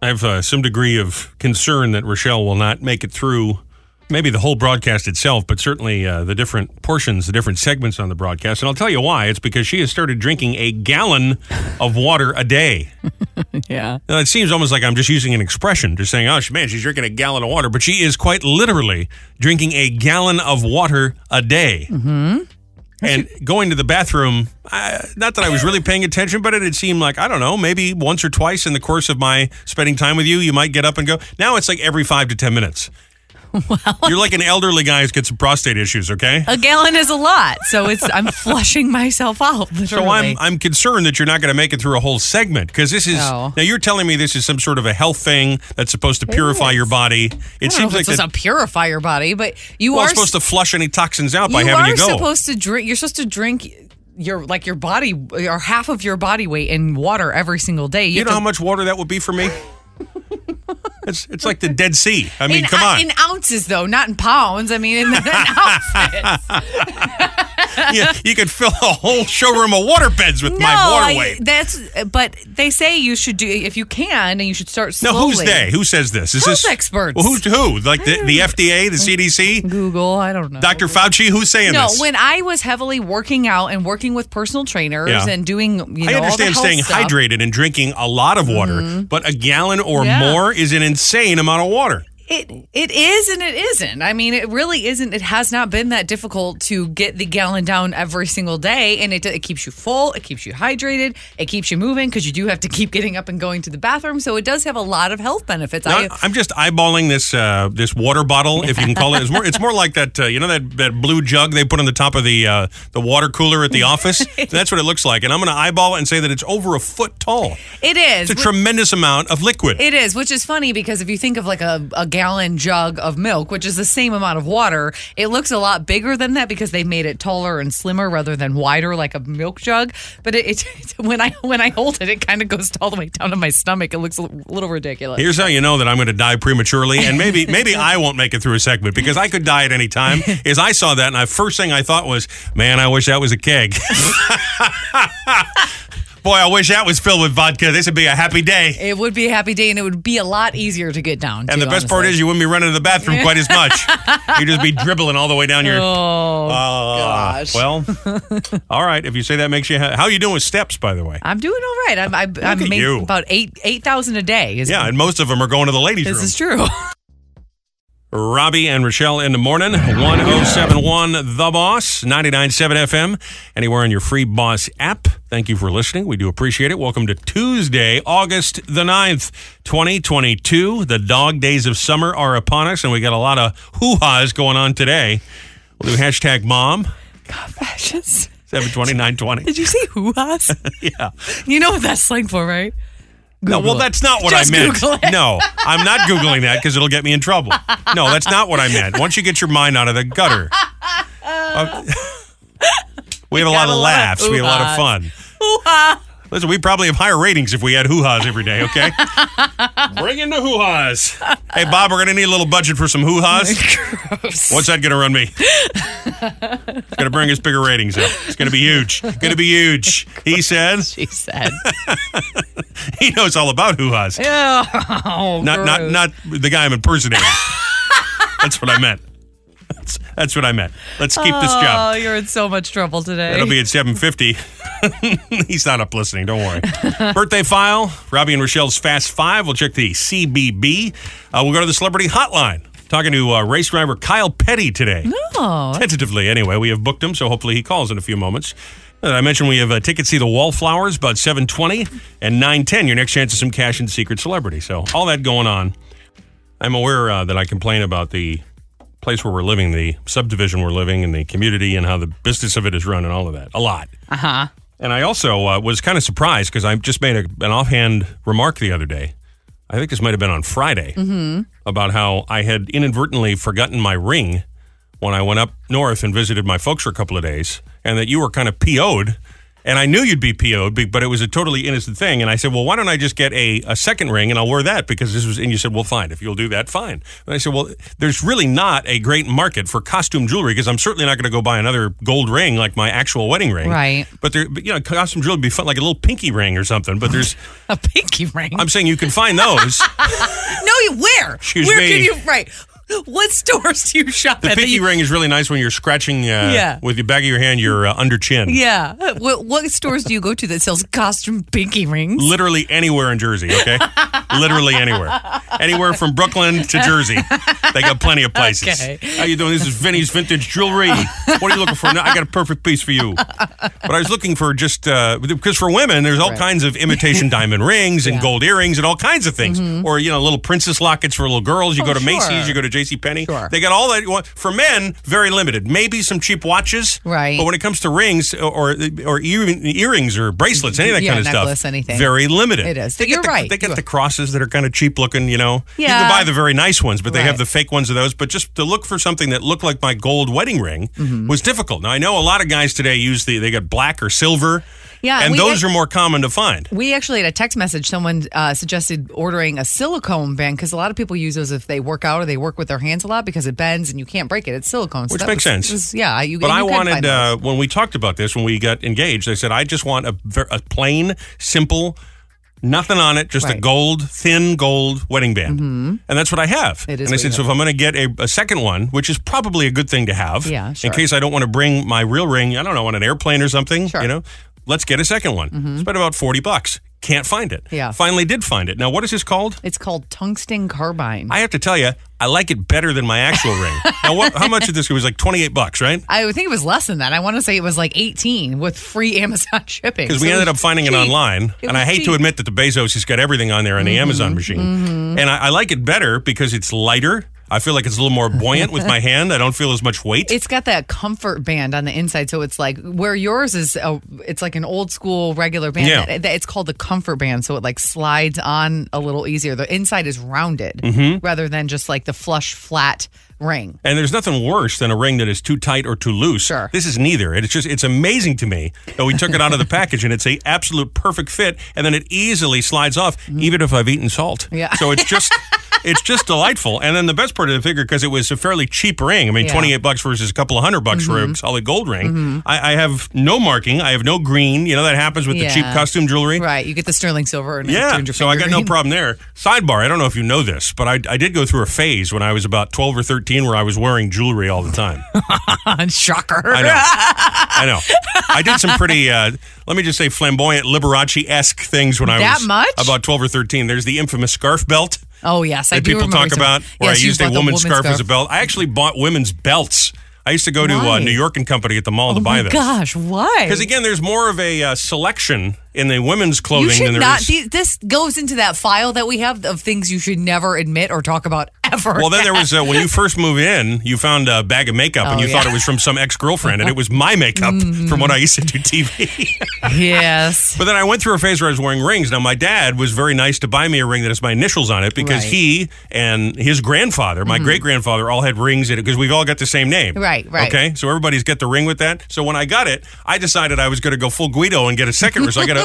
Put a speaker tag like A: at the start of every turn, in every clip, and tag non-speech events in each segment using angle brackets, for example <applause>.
A: I have uh, some degree of concern that Rochelle will not make it through maybe the whole broadcast itself, but certainly uh, the different portions, the different segments on the broadcast. And I'll tell you why. It's because she has started drinking a gallon of water a day.
B: Yeah.
A: Now, it seems almost like I'm just using an expression, just saying, oh, she, man, she's drinking a gallon of water. But she is quite literally drinking a gallon of water a day. Mm-hmm. And going to the bathroom, I, not that I was really paying attention, but it had seemed like, I don't know, maybe once or twice in the course of my spending time with you, you might get up and go. Now it's like every five to 10 minutes. You're like an elderly guy who's got some prostate issues, okay?
B: A gallon is a lot, so it's I'm flushing myself out. Literally.
A: So I'm I'm concerned that you're not going to make it through a whole segment because this is
B: No.
A: now you're telling me this is some sort of a health thing that's supposed to purify your body. It
B: I don't
A: seems
B: know if
A: like
B: it's supposed
A: that,
B: to purify your body, but you
A: well,
B: are
A: it's supposed to flush any toxins out by
B: you
A: having
B: are
A: you go.
B: supposed to drink. You're supposed to drink your like your body or half of your body weight in water every single day.
A: you
B: have
A: know
B: to-
A: how much water that would be for
B: <laughs>
A: me? it's it's like the Dead Sea. I mean,
B: in,
A: come on.
B: in ounces though, not in pounds. I mean,
A: <laughs>
B: in, in ounces.
A: you,
B: <laughs>
A: you could fill a whole showroom of water beds with my water
B: I-
A: weight.
B: that's. But they say you should do if you can, and you should start
A: Now,
B: slowly.
A: who's they? Who says this? Is
B: Health
A: this
B: experts.
A: Well, who's who? Like the, the FDA, the CDC,
B: Google. I don't know.
A: Dr. Fauci? Who's saying
B: No,
A: this?
B: when I was heavily working out and working with personal trainers
A: Yeah.
B: and doing, you know,
A: I understand
B: all the health
A: staying
B: stuff, Mm-hmm.
A: hydrated and drinking a lot of water, but a gallon or
B: Yeah.
A: more is an insane amount of water.
B: It it is and it isn't. I mean, it really isn't. It has not been that difficult to get the gallon down every single day, and it it keeps you full, it keeps you hydrated, it keeps you moving because you do have to keep getting up and going to the bathroom. So it does have a lot of health benefits.
A: Now, I'm just eyeballing this uh, this water bottle, if you can call it. It's more it's more like that uh, you know that, that blue jug they put on the top of the uh, the water cooler at the office.
B: <laughs>
A: That's what it looks like, and I'm going to eyeball it and say that it's over a foot tall.
B: it is.
A: It's a tremendous amount of liquid.
B: It is, which is funny because if you think of like a, a gallon jug of milk, which is the same amount of water, it looks a lot bigger than that because they made it taller and slimmer rather than wider like a milk jug. But it, it, <laughs> when I when I hold it, it kind of goes all the way down to my stomach. It looks a little ridiculous.
A: Here's how you know that I'm going to die prematurely, and
B: <laughs>
A: maybe maybe I won't make it through a segment because I could die at any time. Is I saw that, and the first thing I thought was, "Man, I wish that was a keg." <laughs> Boy, I wish that was filled with vodka. This would be a happy day.
B: It would be a happy day, and it would be a lot easier to get down.
A: And
B: too,
A: the best part
B: honestly.
A: is, you wouldn't be running to the bathroom quite as much.
B: <laughs>
A: You'd just be dribbling all the way down your.
B: oh
A: Ah,
B: gosh. <laughs>
A: Well, all right. If you say that makes you. Ha- How you doing with steps, by the way?
B: I'm doing all right. I'm I'm, I'm
A: at
B: making
A: you.
B: about eight eight thousand a day. Is
A: Yeah, and most of them are going to the ladies'
B: this
A: room.
B: is true. <laughs>
A: Robbie and Rochelle in the morning, 1071 The Boss, 997 FM, anywhere on your free Boss app. Thank you for listening. We do appreciate it. Welcome to Tuesday, August the 9th, 2022. The dog days of summer are upon us, and we got a lot of hoo ha's going on today. We'll do hashtag mom,
B: Fashions.
A: 72920.
B: <laughs> Did you say hoo-has?
A: Yeah.
B: You know what that's slang for, right?
A: No, well,
B: Google it.
A: that's not what
B: Just
A: I meant.
B: Google it.
A: No, I'm not Googling that because it'll get me in trouble. No, that's not what I meant. Once you get your mind out of the <laughs> gutter. Uh, we have a lot of
B: got a lot of
A: laughs. we have a lot of
B: hoo-has.
A: fun. Listen, we probably have higher ratings if we had hoo-has every day, okay? <laughs> Bring in the hoo-has. Hey, Bob, we're going to need a little budget for some <laughs> hoo-has. What's that going to run me? It's going to bring us bigger ratings up. It's going to be huge. Going to be huge. He said
B: She said.
A: he knows all about hoo-has.
B: <laughs> oh,
A: not not
B: gross.
A: not the guy I'm impersonating. that's what I meant. That's, that's what I meant. Let's keep this
B: Oh,
A: job.
B: you're in so much trouble today.
A: It'll be at 7:50. <laughs> He's not up listening. Don't worry. Birthday file. Robbie and Rochelle's Fast Five. We'll check the CBB. Uh, we'll go to the Celebrity Hotline. Talking to uh, race driver Kyle Petty today.
B: oh,
A: Tentatively, anyway, we have booked him, so hopefully he calls in a few moments. Uh, I mentioned we have uh, tickets to the Wallflowers about 7:20 and 9:10. Your next chance is some cash and secret celebrity. So all that going on. I'm aware uh, that I complain about the place where we're living, the subdivision we're living, and the community, and how the business of it is run, and all of that a lot. Uh huh.
B: Uh-huh.
A: And I also uh, was kind of surprised because I just made a, an offhand remark the other day. I think this might have been on Friday about how I had inadvertently forgotten my ring when I went up north and visited my folks for a couple of days, and that you were kind of PO'd And I knew you'd be PO'd, be- but it was a totally innocent thing. And I said, well, why don't I just get a, a second ring and I'll wear that because this was, and you said, well, fine. If you'll do that, fine. And I said, well, there's really not a great market for costume jewelry because I'm certainly not going to go buy another gold ring like my actual wedding ring.
B: Right.
A: But there, but, you know, costume jewelry would be fun, like a little pinky ring or something. But there's,
B: A pinky ring.
A: I'm saying you can find those.
B: no, you where?
A: Excuse
B: where
A: me.
B: can you right? What stores do you shop
A: The
B: at? that
A: pinky
B: you-
A: ring is really nice when you're scratching uh,
B: Yeah.
A: with the back of your hand your uh, under chin.
B: Yeah. What, what stores do you go to that sells costume pinky rings?
A: Literally anywhere in Jersey,
B: <laughs>
A: okay? Literally anywhere. Anywhere from Brooklyn to Jersey. They got plenty of places.
B: Okay.
A: How you doing? This is Vinny's Vintage Jewelry. What are you looking for? No, I got a perfect piece for you. But I was looking for just, uh, because for women, there's all
B: Right.
A: kinds of imitation
B: <laughs>
A: diamond rings and gold earrings and all kinds of things. Or, you know, little princess lockets for little girls. You
B: Mm-hmm.
A: go
B: Oh,
A: to
B: sure.
A: Macy's, you go to JCPenney.
B: Sure.
A: They got all that you want. For men, very limited. Maybe some cheap watches.
B: Right.
A: But when it comes to rings or or ear- earrings or bracelets, any of that
B: Yeah,
A: kind of
B: necklace,
A: stuff,
B: anything.
A: very limited.
B: It is.
A: They
B: You're
A: get the,
B: right.
A: They
B: You
A: get
B: are-
A: the crosses that are kind of cheap looking. You know, you
B: Yeah.
A: can buy the very nice ones, but they
B: Right.
A: have the fake ones of those. But just to look for something that looked like my gold wedding ring
B: Mm-hmm.
A: was difficult. Now I know a lot of guys today use the they got black or silver.
B: Yeah,
A: and
B: we
A: those
B: had-
A: are more common to find.
B: We actually had a text message. Someone uh, suggested ordering a silicone band because a lot of people use those if they work out or they work with their hands a lot because it bends and you can't break it. It's silicone, so
A: Which
B: that
A: makes
B: was-
A: sense.
B: was- yeah, you.
A: But
B: and
A: I
B: you could
A: wanted
B: find those.
A: uh, when we talked about this when we got engaged. I said I just want a, ver- a plain, simple, nothing on it, just
B: Right.
A: a gold, thin gold wedding band, mm-hmm. and that's what I have.
B: It
A: and
B: is
A: I
B: what you
A: said, so if I'm going to get a, a second one, which is probably a good thing to have,
B: Yeah, sure.
A: in case I don't want to bring my real ring, I don't know, on an airplane or something,
B: Sure. Mm-hmm.
A: you know, let's get a second one. Spent about forty bucks. Can't find it.
B: Yeah.
A: Finally, did find it. Now, what is this called?
B: it's called tungsten carbine. I,
A: I have to tell you, I like it better than my actual
B: <laughs>
A: ring. Now, what, how much of this? It was like twenty-eight bucks, right?
B: would think it was less than that. I want to say it was like 18 with free <laughs> Amazon shipping.
A: Because
B: So
A: we
B: it
A: ended
B: was
A: up finding it
B: cheap.
A: online,
B: It
A: and I
B: was Mm-hmm.
A: hate
B: cheap.
A: to admit that the Bezos has got everything on there on the Amazon machine,
B: Mm-hmm.
A: and I, I like it better because it's lighter. I feel like it's a little more buoyant with
B: <laughs>
A: my hand. I don't feel as much weight.
B: It's got that comfort band on the inside, so it's like where yours is. A, it's like an old school regular band.
A: Yeah.
B: That- that- It's called the comfort band, so it like slides on a little easier. The inside is rounded
A: Mm-hmm.
B: rather than just like the flush flat ring.
A: and there's nothing worse than a ring that is too tight or too loose.
B: Sure.
A: This is neither. It's just it's amazing to me that we took it out of the package and it's a absolute perfect fit, and then it easily slides off, even if I've eaten salt.
B: Mm-hmm. Yeah.
A: So it's
B: <laughs>
A: just. It's just delightful, and then the best part of the figure because it was a fairly cheap ring. I mean,
B: Yeah. Mm-hmm.
A: twenty-eight bucks versus a couple of hundred bucks for a solid gold ring. I, I have no marking. I have no green. You know that happens with the cheap
B: Yeah.
A: costume jewelry.
B: Right, you get the sterling silver. And
A: Yeah,
B: it's
A: so I got no
B: green.
A: problem there. Sidebar: I don't know if you know this, but I, I did go through a phase when I was about twelve or thirteen where I was wearing jewelry all the time.
B: <laughs> Shocker.
A: I know, I know.
B: <laughs>
A: I did some pretty, uh, let me just say, flamboyant Liberace esque things when I
B: That
A: was
B: much?
A: about twelve or thirteen. There's the infamous scarf belt
B: Oh yes, I
A: that
B: do
A: people
B: remember
A: talk
B: some-
A: about, where
B: Yes,
A: I
B: you
A: used a
B: bought the
A: woman's scarf, as a
B: scarf.
A: belt. I actually bought women's belts. I used to go to
B: Why?
A: uh, New York and Company at the mall
B: Oh
A: to buy
B: my
A: those.
B: gosh, why?
A: Because again, there's more of a uh, selection in the women's
B: You
A: clothing than
B: should
A: there is.
B: not. Be, this goes into that file that we have of things you should never admit or talk about <laughs> ever.
A: Well, then there was uh, when you first moved in, you found a bag of makeup and
B: Oh,
A: you
B: yeah. Mm-hmm.
A: thought it was from some ex girlfriend, and it was my
B: <laughs>
A: makeup from when I used to do TV.
B: yes. <laughs>
A: <laughs> but then I went through a phase where I was wearing rings. Now, my dad was very nice to buy me a ring that has my initials on it because
B: Right. Mm-hmm.
A: he and his grandfather, my great grandfather, all had rings in it because we've all got the same name.
B: Right, right.
A: Okay, so everybody's got the ring with that. So when I got it, I decided I was going to go full Guido and get a second ring. So I got a,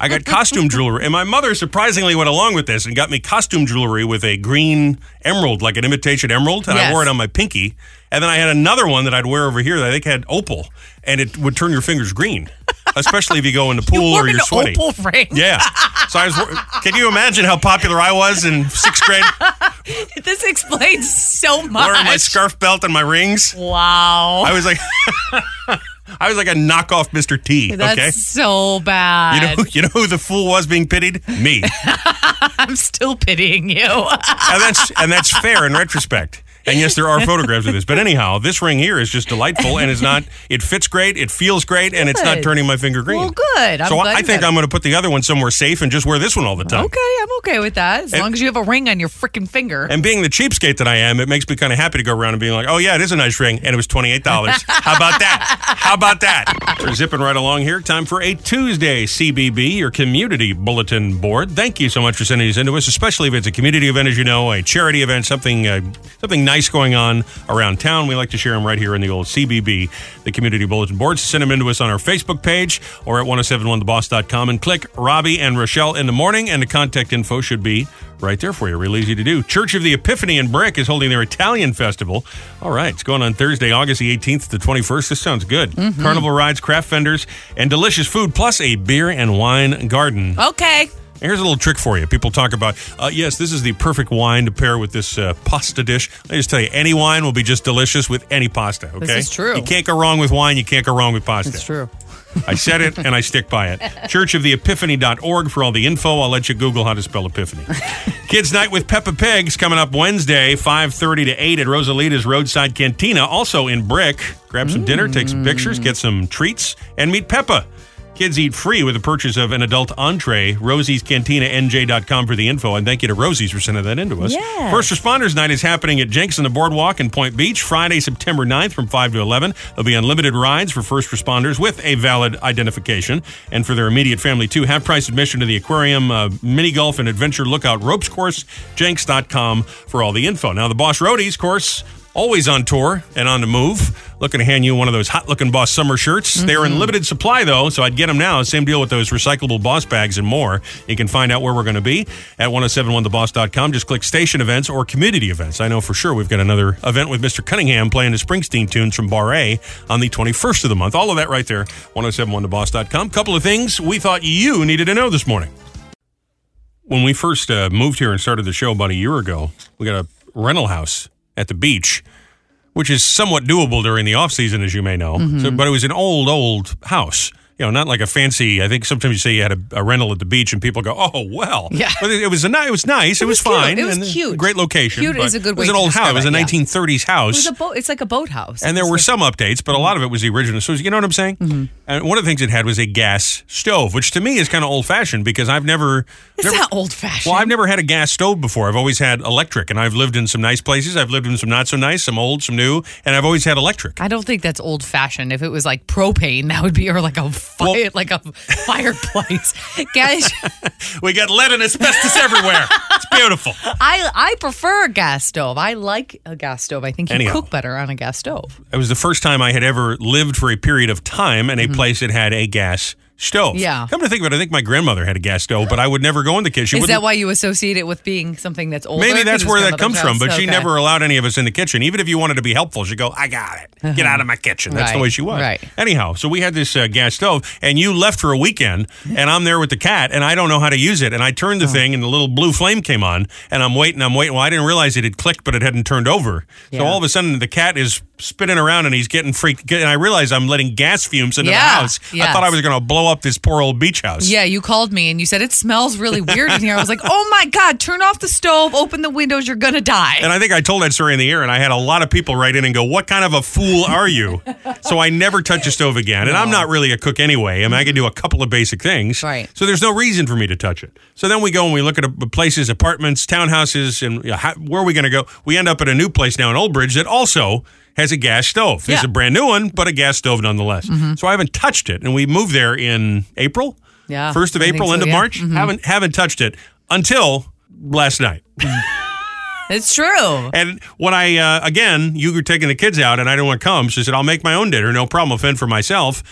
A: I
B: <laughs>
A: got costume jewelry, and my mother surprisingly went along with this and got me costume jewelry with a green emerald, like an imitation emerald, and
B: Yes.
A: I wore it on my pinky. And then I had another one that I'd wear over here that I think had opal, and it would turn your fingers green, especially if you go in
B: <laughs>
A: the pool
B: wore
A: or
B: an
A: you're sweaty.
B: opal ring. <laughs>
A: Yeah. So I was. Can you imagine how popular I was in sixth grade?
B: This explains so much.
A: Wearing my scarf belt and my rings.
B: wow.
A: I was like, <laughs> I was like a knockoff Mr. T.
B: That's
A: okay.
B: so
A: You
B: bad.
A: know, <laughs> you know who the fool was being pitied? Me.
B: I'm still
A: <laughs>
B: pitying you.
A: and that's and that's fair in retrospect. And yes, there are photographs of this. But anyhow, this ring here is just delightful and is not it fits great, it feels great, and it's not
B: Good.
A: turning my finger green.
B: Well, good. I'm
A: so
B: glad
A: I
B: you
A: think
B: got it.
A: I'm gonna put the other one somewhere safe and just wear this one all the time.
B: okay, I'm okay with that. As long as you have a ring on your freaking finger.
A: And being the cheapskate that I am, it makes me kind of happy to go around and being like, oh, yeah, it is a nice ring. And it was $28. How about that? How about that? We're zipping right along here. Time for a Tuesday CBB, your community bulletin board. Thank you so much for sending these into us, especially if it's a community event, as you know, a charity event, something uh, something nice going on around town. We like to share them right here in the old CBB, the Community Bulletin Board. Send them in to us on our Facebook page or at 1071theboss.com and click Robbie and Rochelle in the morning, and the contact info should be right there for you. Real easy to do. Church of the Epiphany in Brick is holding their Italian festival. All right, it's going on Thursday, August the 18th to 21st. This sounds good. Carnival rides, craft vendors, and delicious food, plus a beer and wine garden.
B: Okay.
A: Here's a little trick for you. People talk about, uh, yes, this is the perfect wine to pair with this uh, pasta dish. I just tell you, any wine will be just delicious with any pasta, okay?
B: is true.
A: You can't go wrong with wine, you can't go wrong with pasta.
B: It's true.
A: I said it and I stick by
B: <laughs>
A: it. Churchoftheepiphany.org for all the info. I'll let you Google how to spell
B: <laughs>
A: epiphany. Kids Night with Peppa Pigs coming up Wednesday, 5.30 to 8 at Rosalita's Roadside Cantina, also in Brick. Grab some dinner, take some pictures, get some treats, and meet Peppa. Kids eat free with the purchase of an adult entree. Rosie's Cantina NJ.com for the info. And thank you to Rosie's for sending that in to us.
C: Yeah.
A: First Responders Night is happening at Jenks on the Boardwalk in Point Beach Friday, September 9th from 5 to 11. There'll be unlimited rides for first responders with a valid identification. And for their immediate family, too, half price admission to the aquarium, uh, mini golf, and adventure lookout ropes course, jenks.com for all the info. Now, the Boss Roadies course. Always on tour and on the move. Looking to hand you one of those hot looking boss summer shirts. They're in limited supply though, so I'd get them now. Same deal with those recyclable boss bags and more. You can find out where we're going to be at 1071theboss.com. Just click station events or community events. I know for sure we've got another event with Mr. Cunningham playing his Springsteen tunes from Bar A on the 21st of the month. All of that right there, 1071theboss.com. Couple of things we thought you needed to know this morning when we first uh, moved here and started the show about a year ago, we got a rental house at the beach, which is somewhat doable during the off season, as you may know.
B: Mm-hmm.
A: So, but it was an old, old house. You know, not like a fancy. I think sometimes you say you had a, a rental at the beach, and people go, "Oh well."
B: <laughs> Yeah.
A: But it, it was a ni- It was nice. It, was,
B: was cute.
A: fine.
B: It was
A: and a
B: cute.
A: Great location.
B: Cute
A: but
B: is a good
A: It was
B: way
A: an
B: to
A: old house. It was a
B: describe it, yeah.
A: 1930s house.
B: It was a boat. It's like a Mm-hmm. boathouse.
A: And there were some updates, but a lot of it was the original. So, it was- you know what I'm saying? And one of the things it had was a gas stove, which to me is kind of old fashioned because I've never.
B: It's
A: never-
B: not old fashioned.
A: Well, I've never had a gas stove before. I've always had electric, and I've lived in some nice places. I've lived in some not so nice, some old, some new, and I've always had electric.
B: I don't think that's old fashioned. If it was like propane, that would be or like a fire,
A: Well-
B: <laughs> like a fireplace.
A: <laughs>
B: Guys,
A: We got lead and asbestos everywhere. It's beautiful.
B: I I prefer a gas stove. I like a gas stove. I think you
A: Anyhow.
B: cook better on a gas stove.
A: It was the first time I had ever lived for a period of time in a place that had a gas stove.
B: Mm-hmm. Yeah.
A: Come to think of it, I think my grandmother had a gas stove, but I would never go in the kitchen.
B: Is
A: Wouldn't-
B: that why you associate it with being something that's older?
A: Maybe
B: 'Cause
A: that's
B: it's
A: where
B: my
A: that
B: mother's
A: comes from,
B: house?
A: but she
B: Okay.
A: never allowed any of us in the kitchen. Even if you wanted to be helpful, she'd go, I got it. Get out of my kitchen. That's the
B: Uh-huh. Right,
A: way she was.
B: right.
A: Anyhow, so we had this uh, gas stove, and you left for a weekend, and I'm there with the cat, and I don't know how to use it. And I turned the
B: Uh-huh.
A: thing, and the little blue flame came on, and I'm waiting, I'm waiting. Well, I didn't realize it had clicked, but it hadn't turned over. So
B: Yeah.
A: all of a sudden, the cat is spinning around, and he's getting freaked. And I realize I'm letting gas fumes into
B: Yeah,
A: the house. I
B: yes.
A: thought I was going to blow up this poor old beach house.
B: Yeah, you called me and you said it smells really weird in here. I was like, oh my god, turn off the stove, open the windows, you're gonna die.
A: And I think I told that story in the air, and I had a lot of people write in and go, "What kind of a fool are
B: <laughs>
A: you?" so I never touch a stove again, and I'm not really a cook anyway. I mean, I can do a couple of basic things,
B: Right.
A: So there's no reason for me to touch it. So then we go and we look at uh, places, apartments, townhouses, and you know, how, where are we going to go? We end up at a new place now in Old Bridge that also has a gas stove. It's
B: Yeah. Mm-hmm.
A: a brand new one, but a gas stove nonetheless. So I haven't touched it, and we moved there in April,
B: Yeah,
A: first of
B: I think
A: April,
B: so,
A: end of
B: yeah. Mm-hmm.
A: March. Haven't haven't touched it until last night.
B: It's true.
A: And when I, uh, again, you were taking the kids out and I didn't want to come. She said, I'll make my own dinner. No problem. I'll fend for myself.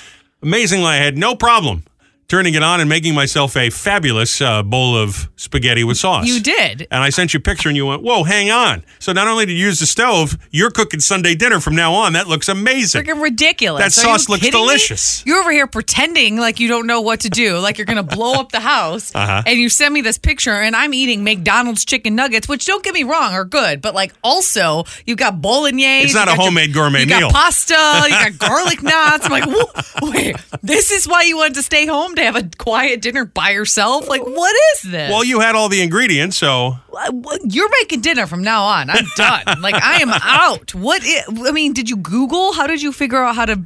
A: Amazingly, I had no problem turning it on and making myself a fabulous uh, bowl of spaghetti with sauce.
B: You did.
A: And I sent you a picture and you went, whoa, hang on. So not only did you use the stove, you're cooking Sunday dinner from now on. That looks amazing.
B: Freaking ridiculous.
A: That
B: Are
A: sauce
B: you
A: looks
B: kidding me?
A: delicious.
B: You're over here pretending like you don't know what to do, like you're going to blow up
A: <laughs>
B: the house.
A: Uh-huh.
B: And you send me this picture, and I'm eating McDonald's chicken nuggets, which don't get me wrong, are good. But like also, you've got bolognese.
A: It's not
B: you
A: a
B: got
A: homemade gourmet
B: you
A: meal.
B: got pasta,
A: <laughs>
B: you got garlic knots. I'm like, "Whoa, wait, this is why you wanted to stay home to have a quiet dinner by yourself? Like, what is this?
A: well, you had all the ingredients, so
B: Uh, well, You're making dinner from now on. I'm
A: <laughs>
B: done. like I am out. What? I I mean, did you Google? How did you figure out how to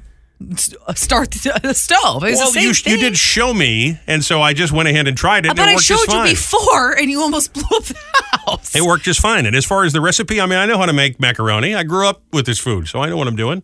B: s- uh, start the <laughs> the stove? It was the
A: well,
B: same
A: you,
B: thing.
A: you did show me, and so I just went ahead and tried it. and
B: but
A: it
B: I
A: worked
B: showed
A: just
B: you
A: fine.
B: before, and you almost <laughs> blew up the house.
A: It worked just fine. And as far as the recipe, I mean, I know how to make macaroni. I grew up with this food, so I know what I'm doing.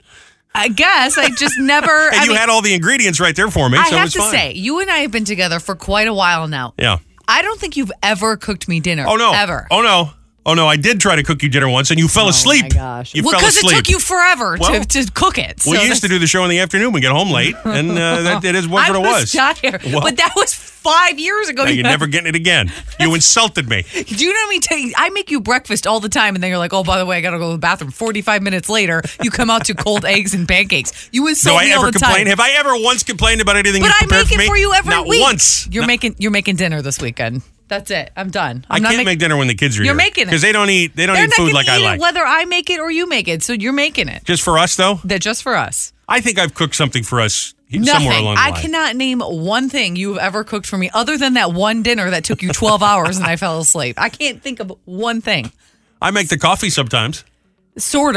B: I guess I
A: <laughs>
B: just never.
A: And
B: I
A: you
B: mean,
A: had all the ingredients right there for me,
B: I
A: so
B: have
A: it's
B: to
A: fine.
B: say, you and I have been together for quite a while now.
A: yeah.
B: I don't think you've ever cooked me dinner.
A: Oh no.
B: ever.
A: Oh no. Oh no, I did try to cook you dinner once, and you fell asleep.
C: gosh.
A: you
B: well,
A: fell
B: because it
A: asleep.
B: took you forever
A: Well,
B: to, to cook it.
A: we
B: so
A: used to do the show in the afternoon. We get home late, and uh, that it is what
B: <laughs> I
A: it was.
B: not here,
A: Well-
B: but that was five years ago.
A: Now, you're never getting it again. You insulted
B: <laughs>
A: me.
B: Do you know what I mean? I make you breakfast all the time, and then you're like, "Oh, by the way, I gotta go to the bathroom." Forty-five minutes later, you come out to cold eggs and pancakes. You
A: Do
B: insult
A: I
B: me all
A: ever
B: the
A: complain?
B: time.
A: Have I ever once complained about anything
B: But
A: you
B: I
A: prepared
B: make it
A: me?
B: for you every
A: Not
B: week.
A: once.
B: You're making you're making dinner this weekend. That's it. I'm done. I'm
A: I
B: not
A: can't
B: making-
A: make dinner when the kids are
B: You're
A: here.
B: making it.
A: because they don't eat. They don't
B: They're
A: eat
B: not
A: food
B: gonna
A: like
B: eat
A: I
B: it
A: like.
B: Whether I make it or you make it, so you're making it.
A: Just for us, though,
B: That just for us.
A: I think I've cooked something for us he-
B: Nothing.
A: somewhere along the
B: I
A: line.
B: cannot name one thing you've ever cooked for me other than that one dinner that took you 12 hours and I fell asleep. I can't think of one thing.
A: I make the coffee sometimes.
B: Sort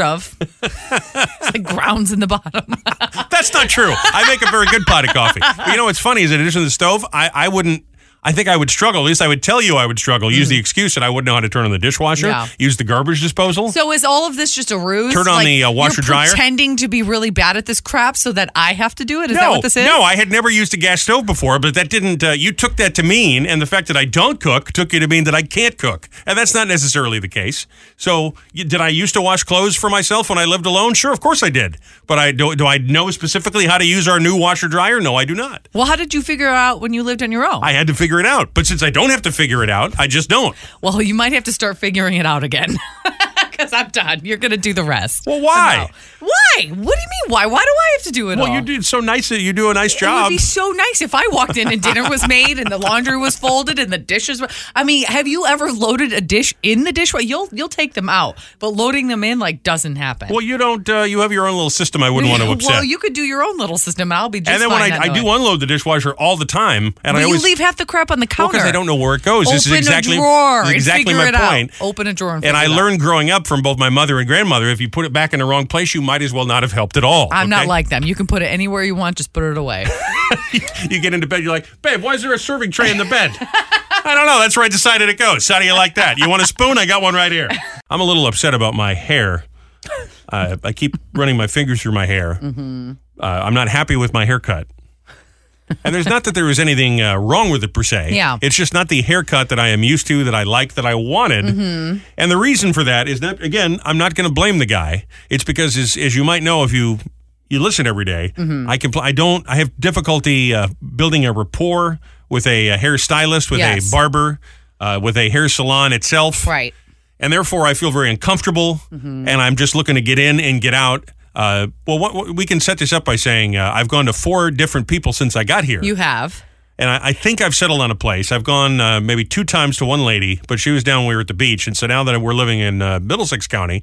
A: <laughs>
B: of. it's like grounds in the bottom.
A: That's not true. I make a very good pot of
B: <laughs>
A: coffee. But you know what's funny is in addition to the stove, I, I wouldn't. I think I would struggle. At least I would tell you I would struggle. Use the excuse that I wouldn't know how to turn on the dishwasher.
B: Mm-hmm. Yeah.
A: Use the garbage disposal.
B: So is all of this just a ruse?
A: Turn on the, uh, washer
B: you're
A: dryer.
B: Pretending to be really bad at this crap so that I have to do it. Is that
A: no,
B: what this is?
A: no, I had never used a gas stove before, but that didn't. Uh, you took that to mean, and the fact that I don't cook took you to mean that I can't cook, and that's not necessarily the case. So, y- did I used to wash clothes for myself when I lived alone? Sure, of course I did. But I do, do I know specifically how to use our new washer dryer? No, I do not.
B: Well, how did you figure out when you lived on your own?
A: I had to figure it out. But since I don't have to figure it out, I just don't.
B: well, you might have to start figuring it out again. <laughs> Because I'm done. You're going to do the rest.
A: Well, why?
B: No. Why? What do you mean why? Why do I have to do it
A: Well,
B: all?
A: you did so nice that you do a nice
B: It would
A: job.
B: be so nice if I walked in and dinner was made and the laundry was folded and the dishes were. I mean, have you ever loaded a dish in the dishwasher? You'll you'll take them out, but loading them in like doesn't happen.
A: Well, you don't. Uh, you have your own little system. I
B: <laughs>
A: wouldn't want to upset.
B: Well, you could do your own little system. I'll be just
A: and then when
B: fine.
A: I, I do unload the dishwasher all the time, and
B: but
A: I always
B: you leave half the crap on the counter.
A: because I don't know where it goes.
B: Open
A: this is exactly
B: a drawer
A: this is exactly
B: and
A: my
B: figure it
A: point.
B: out. Open a drawer and,
A: And I
B: figure it out.
A: learned growing up from both my mother and grandmother, if you put it back in the wrong place, you might as well not have helped at all.
B: I'm not
A: okay?
B: like them. You can put it anywhere you want. Just put
A: <laughs>
B: it away.
A: you get into bed, you're like, babe, why is there a serving tray in the bed? <laughs> I don't know. That's where I decided it goes. How do you like that? You want a spoon? I got one right here. I'm a little upset about my hair. Uh, I keep running my fingers through my hair. Uh, I'm not happy with my haircut. And there's not that there was anything uh, wrong with it per se.
B: Yeah.
A: It's just not the haircut that I am used to, that I like, that I wanted. And the reason for that is that, again, I'm not going to blame the guy. It's because, as, as you might know, if you you listen every day,
B: Mm-hmm.
A: I can. I don't. I have difficulty uh, building a rapport with a, uh hairstylist, with
B: Yes.
A: a barber, uh, with a hair salon itself,
B: right. Mm-hmm.
A: and therefore I feel very uncomfortable. And I'm just looking to get in and get out. Uh, well, what, what, we can set this up by saying uh, I've gone to four different people since I got here
B: You have.
A: and I, I think I've settled on a place. I've gone uh, maybe two times to one lady, but she was down when we were at the beach. And so now that we're living in uh, Middlesex County,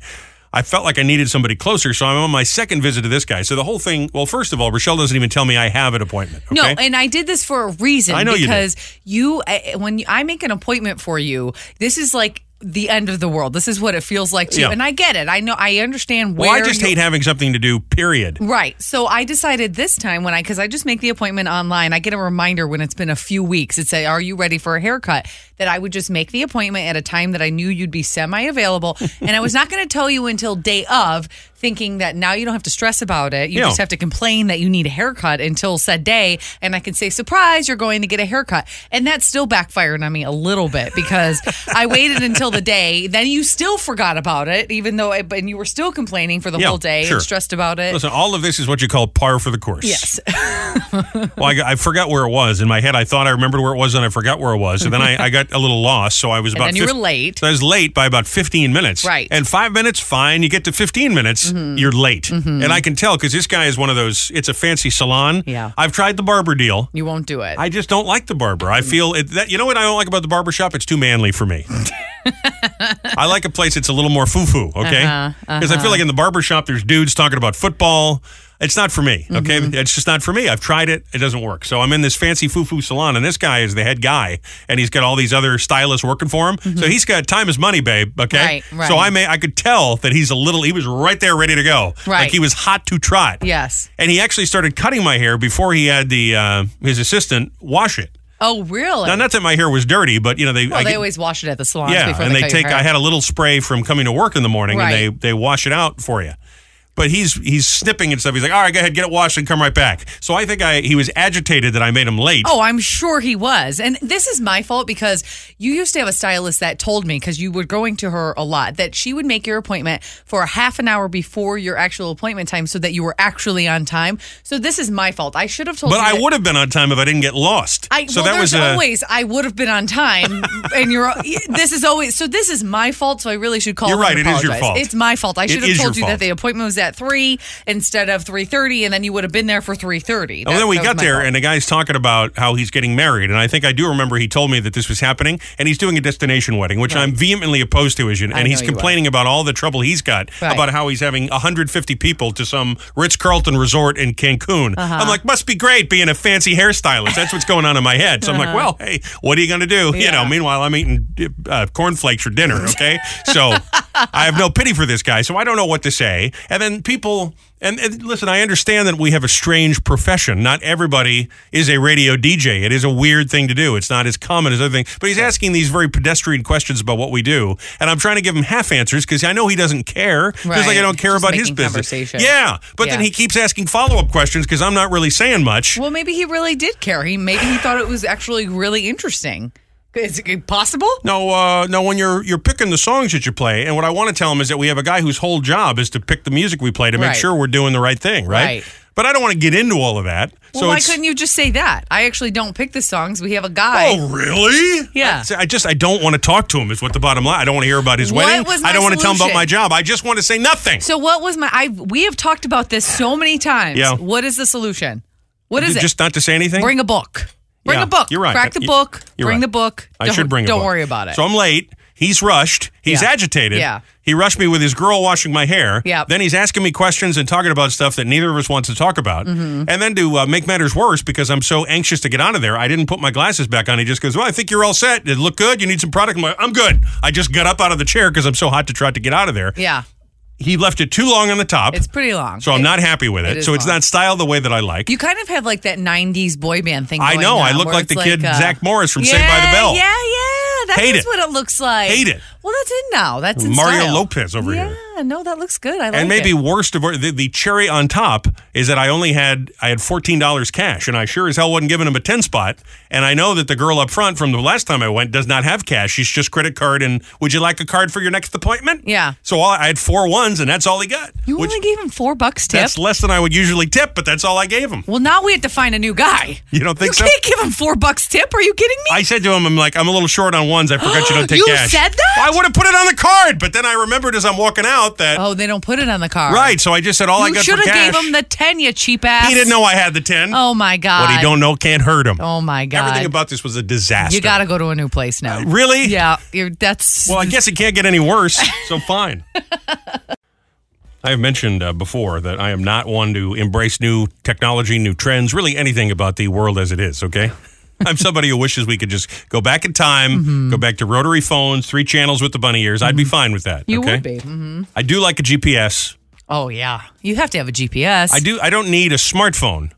A: I felt like I needed somebody closer. So I'm on my second visit to this guy. So the whole thing, well, first of all, Rochelle doesn't even tell me I have an appointment.
B: No,
A: Okay?
B: and I did this for a reason.
A: I know you did.
B: because you, I- when I make an appointment for you, this is like the end of the world. This is what it feels like to you,
A: Yeah.
B: and I get it. I know. I understand where.
A: well, I just
B: you-
A: hate having something to do, period.
B: Right. So I decided this time when I, because I just make the appointment online, I get a reminder when it's been a few weeks. It said, Are you ready for a haircut? That I would just make the appointment at a time that I knew you'd be semi available.
A: <laughs>
B: and I was not going to tell you until day of, thinking that now you don't have to stress about it. You
A: Yeah.
B: just have to complain that you need a haircut until said day. And I can say, Surprise, you're going to get a haircut. And that's still backfiring on me a little bit because I waited until the day. Then you still forgot about it, even though, I, and you were still complaining for the
A: Yeah,
B: whole day
A: sure.
B: and stressed about it.
A: Listen, all of this is what you call par for the course.
B: Yes. <laughs>
A: Well, I, got- I forgot where it was. In my head, I thought I remembered where it was, and I forgot where it was. And then I, I got a little lost, so I was about
B: then you were
A: 15
B: late.
A: So I was late by about 15 minutes.
B: Right. Mm-hmm.
A: And five minutes, fine. You get to 15 minutes, you're late. And I can tell because this guy is one of those, it's a fancy salon.
B: Yeah.
A: I've tried the barber deal.
B: You won't do it.
A: I just don't like the barber. I feel it, that, you know what I don't like about the barber shop? It's too manly for
B: <laughs>
A: me. I like a place that's a little more foo foo, okay?
B: Uh-huh,
A: Because I feel like in the barber shop, there's dudes talking about football. It's not for me, okay?
B: Mm-hmm.
A: It's just not for me. I've tried it, it doesn't work. So I'm in this fancy foo foo salon, and this guy is the head guy, and he's got all these other stylists working for him. So he's got time is money, babe, okay?
B: Right, Mm-hmm. right.
A: So I may, I could tell that he's a little, he was right there ready to go. Like
B: Right.
A: he was hot to trot.
B: yes.
A: And he actually started cutting my hair before he had the uh, his assistant wash it.
B: Oh, really?
A: Now, not that my hair was dirty, but you know they
B: well,
A: I
B: they
A: get-
B: always wash it at the salons
A: yeah,
B: before
A: and
B: they,
A: they
B: cut
A: take
B: your hair.
A: I had a little spray from coming to work in the morning,
B: Right.
A: and they they wash it out for you. But he's he's snipping and stuff. He's like, all right, go ahead, get it washed and come right back. So I think I he was agitated that I made him late.
B: Oh, I'm sure he was. And this is my fault because you used to have a stylist that told me, because you were going to her a lot, that she would make your appointment for a half an hour before your actual appointment time so that you were actually on time. So this is my fault. I should have told
A: but
B: you.
A: I
B: that-
A: would have been on time if I didn't get lost.
B: I,
A: so
B: well,
A: that was
B: there's
A: a,
B: always I would have been
A: <laughs>
B: on time, and you're. This is always so. This is my fault, so I really should call.
A: You're
B: them
A: right,
B: and
A: it is your
B: apologize.
A: fault.
B: It's my fault. I should
A: is
B: have told
A: your
B: you
A: fault.
B: that the appointment was at three instead of three thirty, and then you would have been there for three thirty.
A: And Oh, then we got there, and the guy's talking about how he's getting married. And I think I do remember he told me that this was happening, and he's doing a destination wedding, which I'm vehemently opposed to. As you, and
B: know
A: he's
B: you are.
A: complaining about all the trouble he's got
B: Right.
A: about how he's having 150 people to some Ritz Carlton resort in Cancun. I'm like, must be great being a fancy hairstylist. That's what's going on in my head. So I'm like, well, hey, what are you going to do? You know.
B: Yeah.
A: Meanwhile, I'm eating uh, cornflakes for dinner. Okay, so I have no pity for this guy. So I don't know what to say. And then people. And, and listen, I understand that we have a strange profession. Not everybody is a radio DJ. It is a weird thing to do. It's not as common as other things. But he's asking these very pedestrian questions about what we do, and I'm trying to give him half answers because I know he doesn't care. Just like I
B: Right.
A: don't care
B: Just
A: about his
B: making
A: business.
B: conversation.
A: Yeah, but then
B: Yeah.
A: he keeps asking follow up questions because I'm not really saying much.
B: Well, maybe he really did care. He maybe he thought it was actually really interesting. Is it possible?
A: No, uh, no. When you're you're picking the songs that you play, and what I want to tell him is that we have a guy whose whole job is to pick the music we play to make
B: Right.
A: sure we're doing the right thing, right?
B: Right.
A: But I don't want to get into all of that.
B: Well,
A: so
B: why
A: it's,
B: couldn't you just say that? I actually don't pick the songs. We have a guy.
A: Oh, really?
B: Yeah.
A: I, I just I don't want to talk to him. Is what the bottom line. I don't want to hear about his
B: What
A: wedding.
B: was
A: I
B: my
A: don't want to tell him about
B: solution?
A: my job. I just want to say nothing.
B: So what was my? I we have talked about this so many times.
A: Yeah.
B: What is the solution? What is it?
A: just not to say anything.
B: Bring a book. Bring
A: Yeah,
B: a book.
A: you're right.
B: Crack the
A: You-
B: book.
A: you're
B: Bring
A: right.
B: the book.
A: I
B: Don't-
A: should bring. A
B: Don't
A: book.
B: worry about it.
A: So I'm late. He's rushed. He's
B: Yeah.
A: agitated.
B: Yeah.
A: He rushed me with his girl washing my hair.
B: Yep.
A: Then he's asking me questions and talking about stuff that neither of us wants to talk about.
B: Mm-hmm.
A: And then to uh, make matters worse, because I'm so anxious to get out of there, I didn't put my glasses back on. He just goes, "Well, I think you're all set. It looked good. You need some product." I'm like, "I'm good. I just got up out of the chair because I'm so hot to try to get out of there."
B: yeah,
A: He left it too long on the top.
B: it's pretty long.
A: So I'm not happy with it.
B: is
A: so it's
B: long.
A: not styled the way that I like.
B: You kind of have like that '90s boy band thing.
A: I
B: going
A: know. I
B: on,
A: look
B: where
A: like
B: it's
A: the kid
B: uh,
A: Zach Morris from Saved by the
B: yeah,
A: Bell.
B: Yeah, yeah. That
A: Hate
B: is
A: it.
B: what it looks like.
A: Hate it.
B: Well, that's in now. That's in
A: Mario
B: style.
A: Lopez over
B: yeah,
A: here.
B: Yeah, no, that looks good. I like
A: and maybe
B: it.
A: worst of all, the, the cherry on top is that I only had I had fourteen dollars cash, and I sure as hell wasn't giving him a ten spot. And I know that the girl up front from the last time I went does not have cash; she's just credit card. And would you like a card for your next appointment?
B: Yeah.
A: So all, I had four ones, and that's all he got.
B: you
A: which
B: only gave him four bucks tip.
A: that's less than I would usually tip, but that's all I gave him.
B: Well, now we have to find a new guy.
A: You don't think
B: you
A: so?
B: can't give him four bucks tip? Are you kidding me?
A: I said to him, I'm like, I'm a little short on ones. I forgot
B: <gasps>
A: you don't take
B: You
A: cash.
B: said that?
A: I would have put it on the card, but then I remembered as I'm walking out that
B: oh, they don't put it on the card.
A: right. So I just said all I
B: you
A: got
B: should
A: for
B: have
A: cash.
B: gave him the ten, you cheap ass.
A: he didn't know I had the ten.
B: Oh my god.
A: What he don't know can't hurt him.
B: Oh my god.
A: Everything about this was a disaster.
B: you got to go to a new place now.
A: really?
B: Yeah. You're, that's.
A: Well, I guess it can't get any worse, so
B: <laughs>
A: fine. I have mentioned uh, before that I am not one to embrace new technology, new trends, really anything about the world as it is,
B: <laughs>
A: okay? I'm somebody who wishes we could just go back in time,
B: Mm-hmm.
A: go back to rotary phones, three channels with the bunny ears. I'd be fine with that.
B: you
A: okay?
B: would be. Mhm.
A: I do like a GPS.
B: Oh yeah. You have to have a GPS.
A: I do. I don't need a smartphone.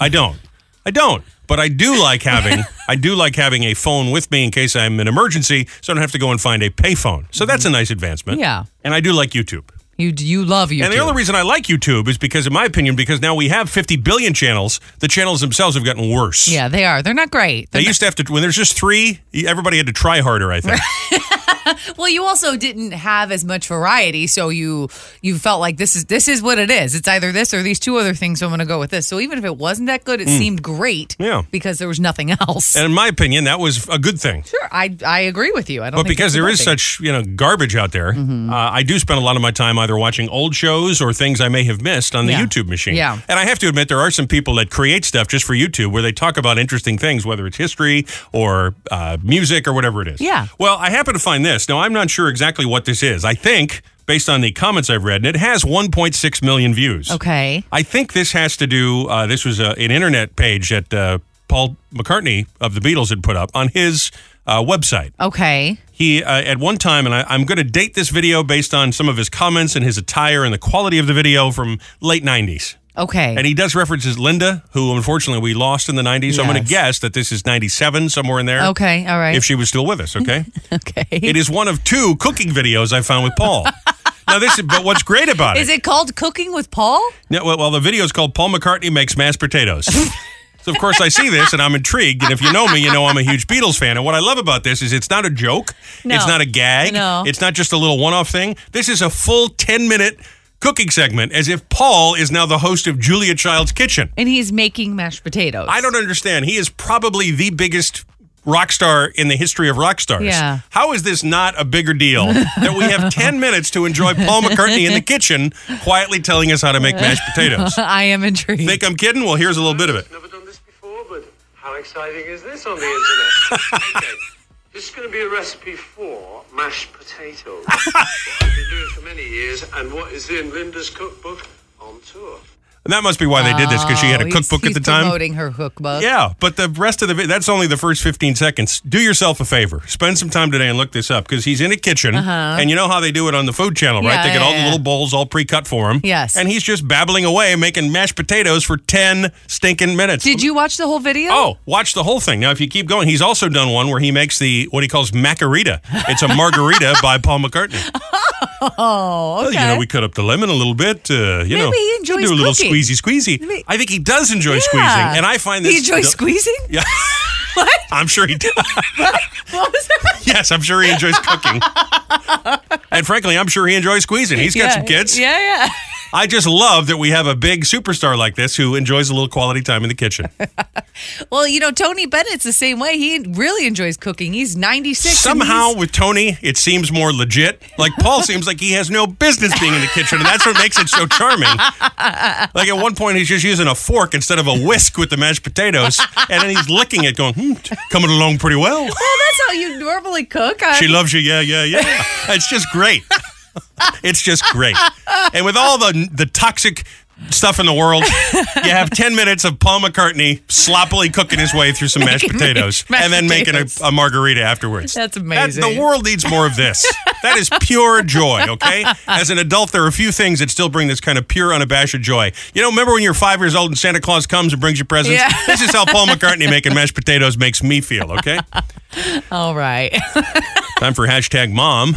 A: I don't. I don't. But I do like
B: <laughs>
A: having. I do like having a phone with me in case I'm in an emergency, so I don't have to go and find a payphone. So that's a nice advancement.
B: Mm-hmm. Yeah.
A: And I do like YouTube.
B: You you love YouTube.
A: And the only reason I like YouTube is because, in my opinion, because now we have 50 billion channels, the channels themselves have gotten worse.
B: yeah, they are. They're not great.
A: They used to have to, when there's just three, everybody had to try harder, I think.
B: well, you also didn't have as much variety, so you you felt like this is this is what it is. It's either this or these two other things. So I'm going to go with this. So even if it wasn't that good, it seemed great.
A: Mm. Yeah.
B: Because there was nothing else.
A: and in my opinion, that was a good thing.
B: sure, I I agree with you. I don't.
A: But
B: think
A: because
B: that's a
A: there
B: bad
A: is
B: thing. Mm-hmm.
A: such you know garbage out there, uh, I do spend a lot of my time either watching old shows or things I may have missed on the
B: Yeah.
A: YouTube machine.
B: Yeah.
A: And I have to admit, there are some people that create stuff just for YouTube where they talk about interesting things, whether it's history or uh, music or whatever it is.
B: Yeah.
A: Well, I happen to find this. Now, I'm not sure exactly what this is. I think, based on the comments I've read, and it has 1.6 million views.
B: Okay.
A: I think this has to do. Uh, this was uh an internet page that uh, Paul McCartney of the Beatles had put up on his uh, website.
B: Okay.
A: He, uh, at one time, and I, I'm going to date this video based on some of his comments and his attire and the quality of the video from late 90s.
B: Okay.
A: And he does references Linda, who unfortunately we lost in the 90s. So I'm going to guess
B: Yes.
A: that this is 97, somewhere in there.
B: okay. All right. <laughs>
A: If she was still with us, okay?
B: <laughs> okay. <laughs>
A: it is one of two cooking videos I found with Paul. Now this is, but what's great about it?
B: Is it called Cooking with Paul?
A: No, well, well, the video is called Paul McCartney Makes Mashed
B: <laughs>
A: Potatoes. so, of course, I see this and I'm intrigued. And if you know me, you know I'm a huge Beatles fan. And what I love about this is it's not a joke,
B: No.
A: it's not a gag,
B: No.
A: it's not just a little one off thing. This is a full 10 minute cooking segment as if Paul is now the host of Julia Child's Kitchen.
B: And he's making mashed potatoes.
A: I don't understand. He is probably the biggest rock star in the history of rock stars.
B: Yeah.
A: How is this not a bigger deal that we
B: <laughs>
A: have 10 minutes to enjoy Paul McCartney in the kitchen quietly telling us how to make mashed potatoes?
B: <laughs> I am intrigued.
A: Think I'm kidding? Well, here's a little bit of it.
C: Never done this before, but how exciting is this on the
A: <laughs>
C: internet? okay, this is going to be a recipe for mashed
A: <laughs>
C: potatoes. what I've been doing for many years, and what is in Linda's cookbook on tour.
A: And that must be why they did this because she had
B: Oh,
A: a
B: he's-
A: cookbook
B: he's
A: at the time.
B: Promoting her cookbook.
A: Yeah, but the rest of the vi- that's only the first 15 seconds. Do yourself a favor. Spend some time today and look this up because he's in a kitchen and you know how they do it on the food channel, right?
B: Uh-huh. Yeah,
A: they get
B: yeah,
A: all the
B: yeah.
A: little bowls all pre-cut for him.
B: Yes.
A: And he's just babbling away making mashed potatoes for 10 stinking minutes.
B: Did you watch the whole video?
A: Oh, watch the whole thing. Now, if you keep going, he's also done one where he makes the what he calls macarita. It's a margarita
B: <laughs>
A: by Paul McCartney.
B: Oh, okay.
A: Well, you know, we cut up the lemon a little bit. Uh, you
B: Maybe
A: know,
B: he
A: you
B: enjoys
A: do a little
B: cooking.
A: squeezy, squeezy.
B: Maybe-
A: I think he does enjoy
B: Yeah.
A: squeezing, and I find this.
B: He enjoys squeezing?
A: <laughs> Yeah,
B: <laughs> What?
A: I'm sure he does. <laughs>
B: What was that?
A: yes, I'm sure he enjoys
B: <laughs>
A: cooking. and frankly, I'm sure he enjoys squeezing. He's got
B: yeah.
A: some kids.
B: Yeah, yeah. <laughs>
A: I just love that we have a big superstar like this who enjoys a little quality time in the kitchen.
B: Well, you know, Tony Bennett's the same way. He really enjoys cooking. He's 96. and
A: Somehow
B: he's-
A: with Tony, it seems more legit. Like Paul seems like he has no business being in the kitchen, and that's what makes it so charming. Like at one point, he's just using a fork instead of a whisk with the mashed potatoes, and then he's licking it, going, hmm, coming along pretty well.
B: Well, Oh, that's how you normally cook. I
A: She loves you, yeah, yeah,
B: <laughs>
A: yeah. It's just great. It's just great. And with all the the toxic stuff in the world, you have ten minutes of Paul McCartney sloppily cooking his way through some mashed
B: Making
A: potatoes
B: mashed
A: and then
B: potatoes.
A: making a, a margarita afterwards.
B: That's
A: the
B: amazing.
A: world needs more of this. That is pure joy. Okay. As an adult, there are a few things that still bring this kind of pure, unabashed joy. You know, remember when you're five years old and Santa Claus comes and brings you presents?
B: Yeah.
A: This is how Paul McCartney making mashed potatoes makes me feel. Okay.
B: All right.
A: Time for hashtag
B: <laughs>
A: mom.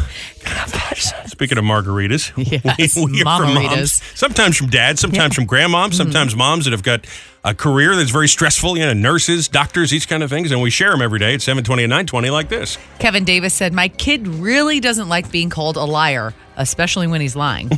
A: Speaking of margaritas, <laughs>
B: Yes, margaritas. Mm-hmm.
A: Sometimes from dad, sometimes from grandmoms, sometimes moms that have got a career that's very stressful, you know, nurses, doctors, these kind of things. And we share them every day at 720 and 920 like this.
B: Kevin Davis said, My kid really doesn't like being called a liar, especially when he's lying.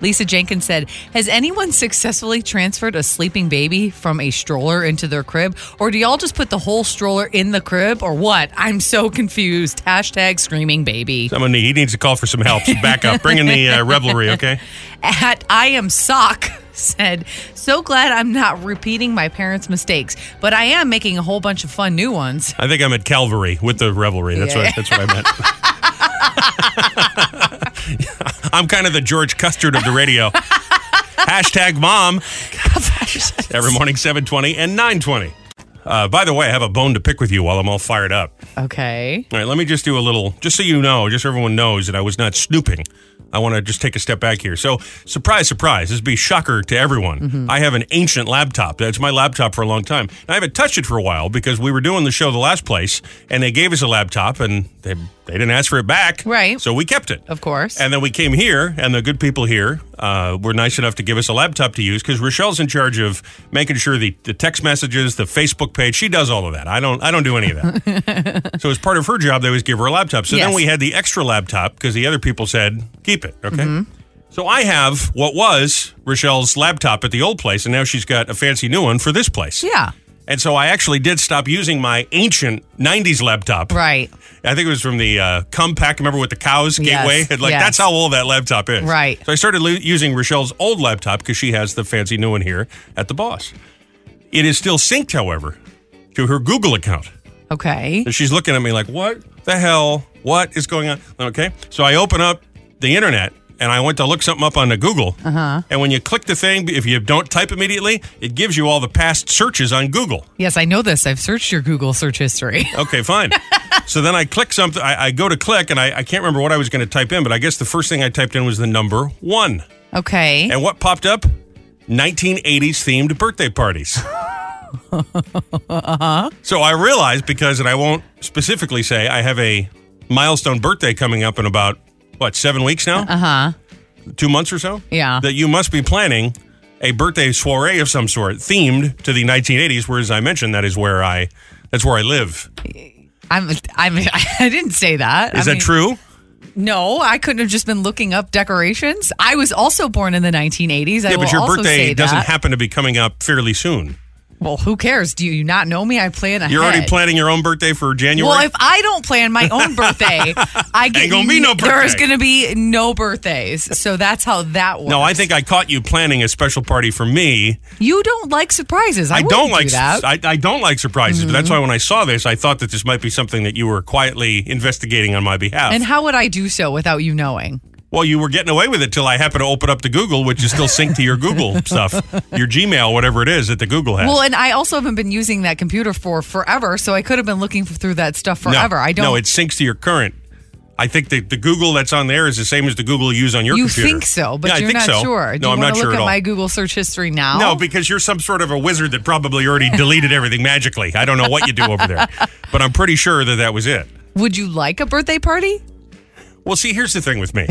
B: Lisa Jenkins said, Has anyone successfully transferred a sleeping baby from a stroller into their crib? Or do y'all just put the whole stroller in the crib or what? I'm so confused. Hashtag screaming baby.
A: Someone need, he needs to call for some help, some backup. Bring in
B: <laughs>
A: the uh, revelry, okay?
B: At I am sock <laughs> said, So glad I'm not repeating my parents' mistakes, but I am making a whole bunch of fun new
A: <laughs>
B: ones. <laughs>
A: I think I'm at Calvary with the revelry. That's
B: Yeah.
A: what that's what I meant. <laughs> I'm kind of the George Custard of the
B: <laughs>
A: radio. Hashtag mom. every morning 720 and 920 uh, by the way i have a bone to pick with you while i'm all fired up
B: Okay.
A: all right let me just do a little just so you know just so everyone knows that i was not snooping i want to just take a step back here so surprise surprise this would be a shocker to everyone i have an ancient laptop that's my laptop for a long time And i haven't touched it for a while because we were doing the show the last place and they gave us a laptop and they, they didn't ask for it back
B: Right.
A: so we kept it
B: Of course.
A: and then we came here, and the good people here uh, were nice enough to give us a laptop to use because Rochelle's in charge of making sure the, the text messages, the Facebook page, she does all of that. I don't, I don't do any of that.
B: <laughs>
A: so as part of her job, they always give her a laptop. So then
B: Yes.
A: we had the extra laptop because the other people said keep it. Okay.
B: Mm-hmm.
A: So I have what was Rochelle's laptop at the old place, and now she's got a fancy new one for this place.
B: yeah.
A: And so I actually did stop using my ancient '90s laptop.
B: Right.
A: I think it was from the uh, Compact. Remember with the cows
B: Yes,
A: gateway? And, like
B: yes.
A: that's how old that laptop is.
B: Right.
A: So I started lo- using Rochelle's old laptop because she has the fancy new one here at the boss. It is still synced, however, to her Google account.
B: Okay.
A: And she's looking at me like, "What the hell? What is going on?" Okay. So I open up the internet and I went to look something up on the Google. Uh-huh. And when you click the thing, if you don't type immediately, it gives you all the past searches on Google.
B: Yes, I know this. I've searched your Google search history. <laughs>
A: Okay, fine. so then I click something. I, I go to click, and I, I can't remember what I was going to type in, but I guess the first thing I typed in was the number one.
B: Okay.
A: And what popped up? 1980s themed birthday parties. uh-huh. So I realized because, and I won't specifically say, I have a milestone birthday coming up in about what, seven weeks now? Uh huh. Two months or so?
B: Yeah.
A: That you must be planning a birthday soiree of some sort themed to the 1980s, whereas I mentioned that is where I. That's where I live.
B: I'm, I'm, <laughs> I didn't say that.
A: Is
B: I
A: that
B: mean,
A: true?
B: No, I couldn't have just been looking up decorations. I was also born in the 1980s.
A: Yeah,
B: I will
A: but your
B: also
A: birthday
B: say
A: doesn't
B: that.
A: happen to be coming up fairly soon.
B: Well, who cares? Do you not know me? I plan ahead.
A: You're already planning your own birthday for January.
B: Well, if I don't plan my own
A: <laughs>
B: birthday, I get
A: Ain't gonna be no
B: There's
A: birthday.
B: going to be no birthdays. So that's how that works.
A: no, I think I caught you planning a special party for me.
B: you don't like surprises. I,
A: I
B: wouldn't
A: don't like
B: do that. Mm-hmm.
A: I, I don't like surprises, but that's why when I saw this, I thought that this might be something that you were quietly investigating on my behalf.
B: and how would I do so without you knowing?
A: well, you were getting away with it till I happened to open up the Google, which is still synced to your
B: <laughs>
A: Google stuff, your Gmail, whatever it is that the Google has.
B: Well, and I also haven't been using that computer for forever, so I could have been looking through that stuff
A: no,
B: forever. I don't.
A: No, it syncs to your current. I think the, the Google that's on there is the same as the Google you use on your
B: you
A: computer.
B: think so, but
A: Yeah, I
B: you're
A: think
B: not
A: so.
B: sure. Do
A: No,
B: you
A: I'm
B: wanna
A: not sure
B: look
A: at
B: at
A: all.
B: my Google search history now?
A: No, because you're some sort of a wizard that probably already deleted everything magically. I don't know what you do over
B: <laughs>
A: there, but I'm pretty sure that that was it.
B: Would you like a birthday party?
A: Well, see, here's the thing with me.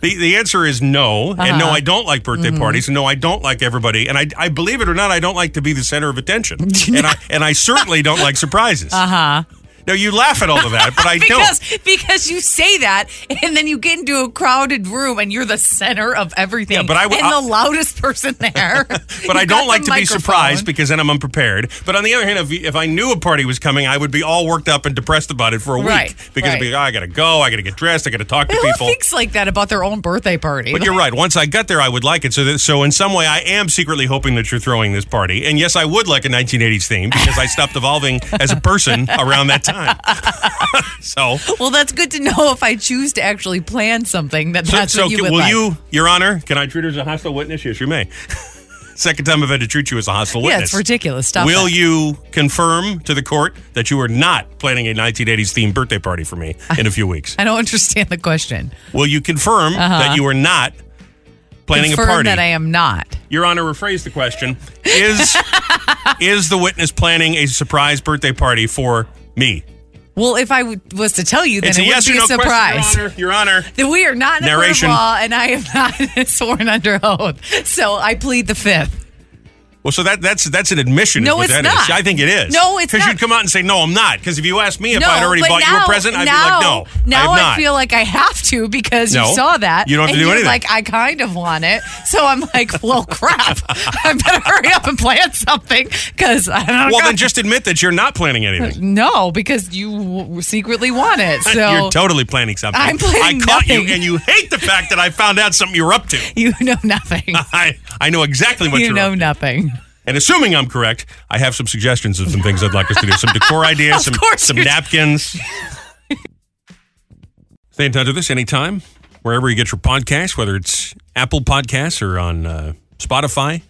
A: the The answer is no, and
B: Uh-huh.
A: no, I don't like birthday
B: Mm-hmm.
A: parties, and no, I don't like everybody, and I, I believe it or not, I don't like to be the center of
B: <laughs>
A: attention, and I and I certainly don't like surprises. Uh huh. Now you laugh at all of that, but I
B: Uh-huh. <laughs> because
A: don't.
B: because you say that and then you get into a crowded room and you're the center of everything.
A: Yeah, but I w-
B: and
A: I-
B: the loudest person there.
A: <laughs> But I
B: You've got
A: don't
B: the
A: like to be
B: microphone.
A: surprised because then I'm unprepared. But on the other hand, if, if I knew a party was coming, I would be all worked up and depressed about it for a
B: Right,
A: week because it'd be,
B: right.
A: oh, I got to go, I got to get dressed, I got to talk to
B: Who
A: people.
B: thinks like that about their own birthday party?
A: But you're right. Once I got there, I would like it. So, that, so in some way, I am secretly hoping that you're throwing this party. And yes, I would like a 1980s theme because I stopped evolving as a
B: <laughs>
A: person around that time. <laughs> so,
B: well, that's good to know if I choose to actually plan something that
A: so,
B: that's
A: so
B: what you
A: can-
B: would
A: will
B: like.
A: you, Your Honor? Can I treat her as a hostile witness? Yes, you may. <laughs> Second time I've had to treat you as a hostile
B: Yeah,
A: witness.
B: it's ridiculous. Stop
A: Will
B: that.
A: you confirm to the court that you are not planning a 1980s themed birthday party for me in a few
B: <laughs>
A: weeks?
B: I don't understand the question.
A: Will you confirm that you are not planning
B: Uh-huh. Confirm
A: a party?
B: that I am not.
A: Your Honor, rephrase the question.
B: <laughs>
A: Is is the witness planning a surprise birthday party for me?
B: Well, if I w- was to tell you, then
A: It's
B: it
A: a
B: would
A: yes
B: be
A: or no
B: a surprise.
A: question, Your Honor. Your Honor.
B: that we are not in a court of
A: Narration.
B: law, and I am not <laughs> sworn under oath. So I plead the fifth.
A: Well, so that that's that's an admission.
B: No,
A: is what
B: it's
A: that is.
B: not.
A: I think it is.
B: No, it's
A: because
B: not.
A: you'd come out and say no, I'm not. Because if you asked me if
B: no,
A: I'd already
B: but
A: bought
B: now,
A: you a present, I'd be
B: now,
A: like, no,
B: Now
A: I,
B: I,
A: have not.
B: feel like I have to because
A: No,
B: you saw that.
A: you don't have to
B: and
A: do
B: you're
A: anything.
B: Like I kind of want it, so I'm like, well, crap. <laughs> I better hurry up and plan something because I don't.
A: well,
B: got-
A: then just admit that you're not planning anything.
B: no, because you w- secretly want it.
A: <laughs>
B: So
A: You're totally planning something.
B: I'm planning
A: I caught
B: nothing.
A: you, and you hate the fact that I found out something you're up to. <laughs>
B: you know nothing.
A: I, I know exactly <laughs> what
B: you
A: are
B: know
A: up to.
B: nothing.
A: And assuming I'm correct, I have some suggestions of some things I'd like us to do. Some
B: <laughs>
A: decor
B: Of
A: ideas, some,
B: course
A: some
B: you do. <laughs>
A: napkins. Stay in touch with us anytime, wherever you get your podcast, whether it's Apple Podcasts or on uh, Spotify,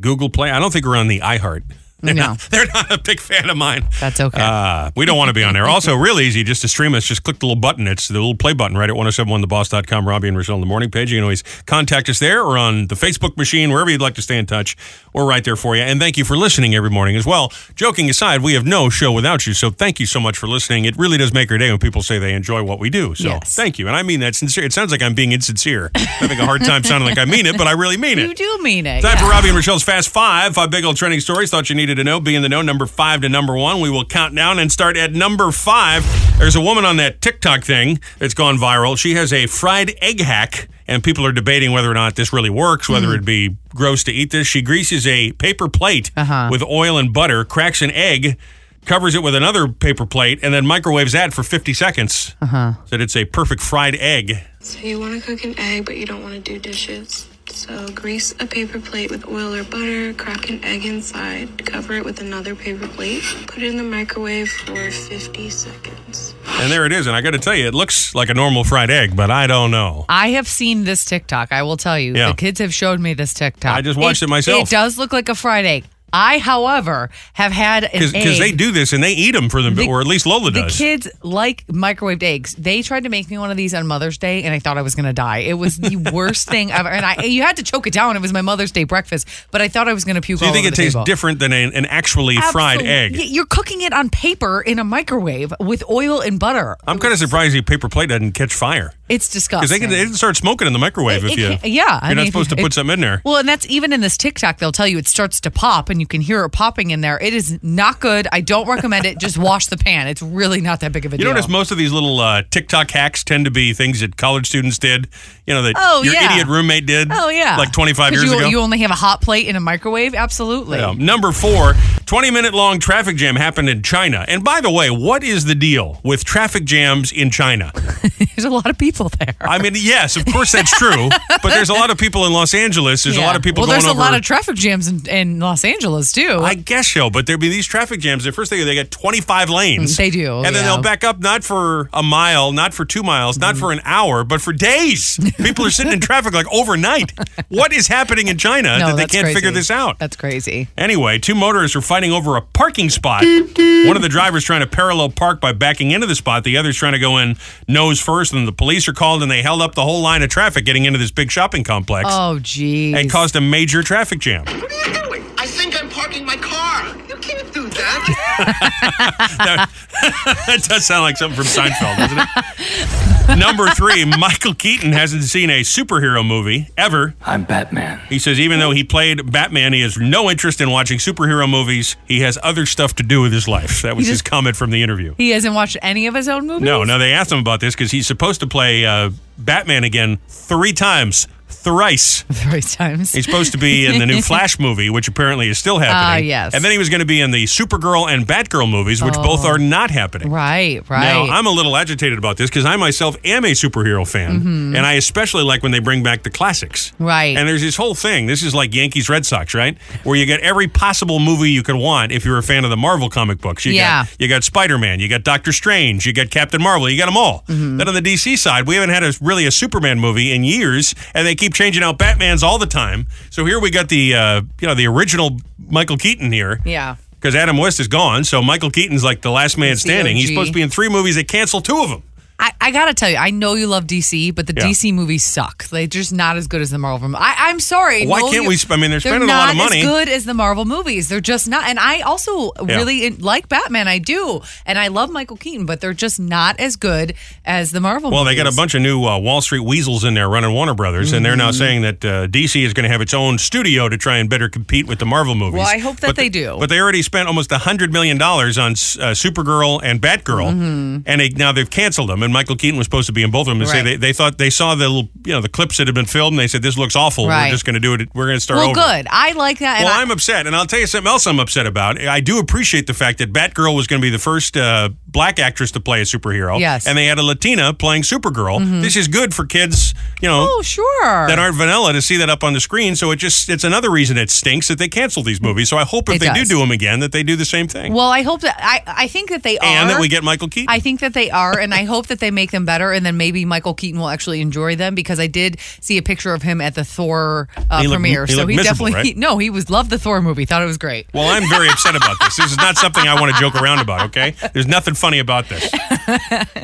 A: Google Play. I don't think we're on the iHeart. They're
B: No.
A: <laughs> Not, they're not a big fan of mine.
B: That's okay.
A: Uh, we don't want to be on there. Also, real easy just to stream us. Just click the little button. It's the little play button right at 1071theboss.com. Robbie and Rochelle on the morning page. You can always contact us there or on the Facebook machine, wherever you'd like to stay in touch. We're right there for you. And thank you for listening every morning as well. Joking aside, we have no show without you. So thank you so much for listening. It really does make our day when people say they enjoy what we do. So
B: Yes.
A: thank you. And I mean that sincere. It sounds like I'm being insincere. <laughs> I'm having a hard time sounding like I mean it, but I really mean it.
B: You do mean it.
A: Time
B: yeah.
A: for Robbie and Michelle's Fast Five. Five big old trending stories. Thought you needed to know. Be in the know. Number five to number one. We will count down and start at number five. There's a woman on that TikTok thing that's gone viral. She has a fried egg hack, and people are debating whether or not this really works, whether it'd be gross to eat this. She greases a paper plate with oil and butter, cracks an egg, covers it with another paper plate, and then microwaves that for 50 seconds. Uh-huh. So that it's a perfect fried egg.
D: So you want to cook an egg, but you don't want to do dishes. So grease a paper plate with oil or butter, crack an egg inside, cover it with another paper plate, put it in the microwave for 50 seconds.
A: And there it is. And I got to tell you, it looks like a normal fried egg, but I don't know.
B: I have seen this TikTok. I will tell you,
A: Yeah.
B: the kids have showed me this TikTok.
A: I just watched it myself.
B: It does look like a fried egg. I, however, have had an egg.
A: because they do this and they eat them for them,
B: The-
A: or at least Lola
B: The
A: does.
B: kids like microwaved eggs. They tried to make me one of these on Mother's Day, and I thought I was going to die. It
A: <laughs>
B: was the worst thing ever. And I, you had to choke it down. It was my Mother's Day breakfast, but I thought I was going to puke.
A: Do you
B: all
A: think
B: over
A: it
B: the
A: tastes
B: table.
A: different than an, an actually fried
B: Absolute-
A: egg?
B: Y- You're cooking it on paper in a microwave with oil and butter.
A: I'm kind of surprised the paper plate doesn't catch fire.
B: It's disgusting.
A: Because they can, they can start smoking in the microwave
B: It-
A: if
B: it
A: you.
B: can't- yeah,
A: You're
B: I
A: not
B: mean,
A: supposed to
B: it-
A: put something in there.
B: Well, and that's even in this TikTok, they'll tell you it starts to pop and you can hear it popping in there. It is not good. I don't recommend it. Just wash the pan. It's really not that big of a
A: You
B: deal.
A: notice most of these little uh, TikTok hacks tend to be things that college students did. You know that
B: Oh,
A: your
B: yeah.
A: idiot roommate did.
B: oh, yeah.
A: like 25
B: 'Cause
A: years
B: you,
A: ago.
B: You only have a hot plate in a microwave? Absolutely.
A: Yeah. Number four, 20 minute long traffic jam happened in China. And by the way, what is the deal with traffic jams in China?
B: <laughs> There's a lot of people there.
A: I mean, yes, of course that's true, but there's a lot of people in Los Angeles. There's a
B: Yeah.
A: lot of people
B: Well,
A: going
B: there's
A: over.
B: a lot of traffic jams in, in Los Angeles, too.
A: I guess so, but there'd be these traffic jams. The first thing they got 25 lanes.
B: They do,
A: And then
B: yeah. Mm-hmm.
A: they'll back up not for a mile, not for two miles, not for an hour, but for days. People are
B: <laughs>
A: sitting in traffic like overnight. What is happening in China
B: no,
A: that they
B: that's
A: can't figure
B: crazy.
A: this out?
B: That's crazy.
A: Anyway, two motorists are fighting over a parking spot. One of the drivers trying to parallel park by backing into the spot. The other's trying to go in nose first. And the police are called, and they held up the whole line of traffic getting into this big shopping complex
B: Oh, geez.
A: and caused a major traffic jam. <laughs>
E: What are you doing? I think I'm parking my car. You can't do that.
A: that does sound like something from Seinfeld, doesn't it?
B: <laughs>
A: Number three, Michael Keaton hasn't seen a superhero movie ever.
F: I'm Batman.
A: He says even though he played Batman, he has no interest in watching superhero movies. He has other stuff to do with his life. That was his
B: just-
A: comment from the interview.
B: he hasn't watched any of his own movies?
A: No,
B: <laughs>
A: no, they asked him about this because he's supposed to play uh, Batman again three times, thrice.
B: Three times.
A: He's supposed to be in the
B: <laughs>
A: new Flash movie, which apparently is still happening.
B: Ah, yes.
A: And then he was going to be in the Supergirl and Batgirl movies, which both are not happening.
B: Right, right.
A: Now, I'm a little agitated about this because I myself am a superhero fan,
B: Mm-hmm.
A: and I especially like when they bring back the classics.
B: Right.
A: And there's this whole thing. This is like Yankees Red Sox, right? Where you get every possible movie you could want if you're a fan of the Marvel comic books. You
B: Yeah.
A: Got, you got Spider Man, you got Doctor Strange, you got Captain Marvel, you got them all.
B: Mm-hmm.
A: Then on the DC side, we haven't had a, really a Superman movie in years, and they keep changing out Batman's all the time. So here we got the uh, you know the original Michael Keaton here
B: yeah.
A: because Adam West is gone. So Michael Keaton's like the last man
B: He's the
A: standing. He's
B: OG.
A: supposed to be in three movies. They canceled two of them.
B: I, I gotta tell you, I know you love DC, but the
A: Yeah.
B: DC movies suck. They're just not as good as the Marvel. Mo- I, I'm sorry.
A: Why
B: no,
A: can't
B: you-
A: we sp- I mean, they're spending a lot
B: not
A: of money.
B: As good as the Marvel movies, they're just not. And I also
A: Yeah.
B: really in- like Batman. I do, and I love Michael Keaton, but they're just not as good as the Marvel.
A: Well, they
B: movies.
A: got a bunch of new uh, Wall Street weasels in there running Warner Brothers, and they're now
B: Mm-hmm.
A: saying that uh, DC is going to have its own studio to try and better compete with the Marvel movies.
B: Well, I hope that
A: But
B: they
A: the-
B: do.
A: But they already spent almost hundred million dollars on S- uh, Supergirl and Batgirl, and they, now they've canceled them. And Michael Keaton was supposed to be in both of them. They say
B: Mm-hmm. Right.
A: they, they thought they saw the little, you know the clips that had been filmed, and they said this looks awful. We're
B: Right.
A: just going to do it. We're going to start
B: Well,
A: over.
B: good. I like that. And
A: well,
B: I,
A: I'm upset, and I'll tell you something else I'm upset about. I do appreciate the fact that Batgirl was going to be the first uh, black actress to play a superhero.
B: Yes. Mm-hmm.
A: And they had a Latina playing Supergirl. This is good for kids, you know,
B: oh sure.
A: that aren't vanilla to see that up on the screen. So it just, it's another reason it stinks that they cancel these movies. So I hope if
B: It
A: they
B: does.
A: do do them again, that they do the same thing.
B: well, I hope that I I think that they are.
A: and that we get Michael Keaton.
B: I think that they are, and I hope that they make them better, and then maybe Michael Keaton will actually enjoy them because I did see a picture of him at the Thor uh,
A: He looked-
B: premiere.
A: he
B: so
A: looked
B: he
A: miserable,
B: definitely
A: right?
B: he- <laughs> no, he was loved the Thor movie, thought it
A: <laughs>
B: was great.
A: well, I'm very upset about this. This is not something I want to joke around about, okay? There's nothing funny about this.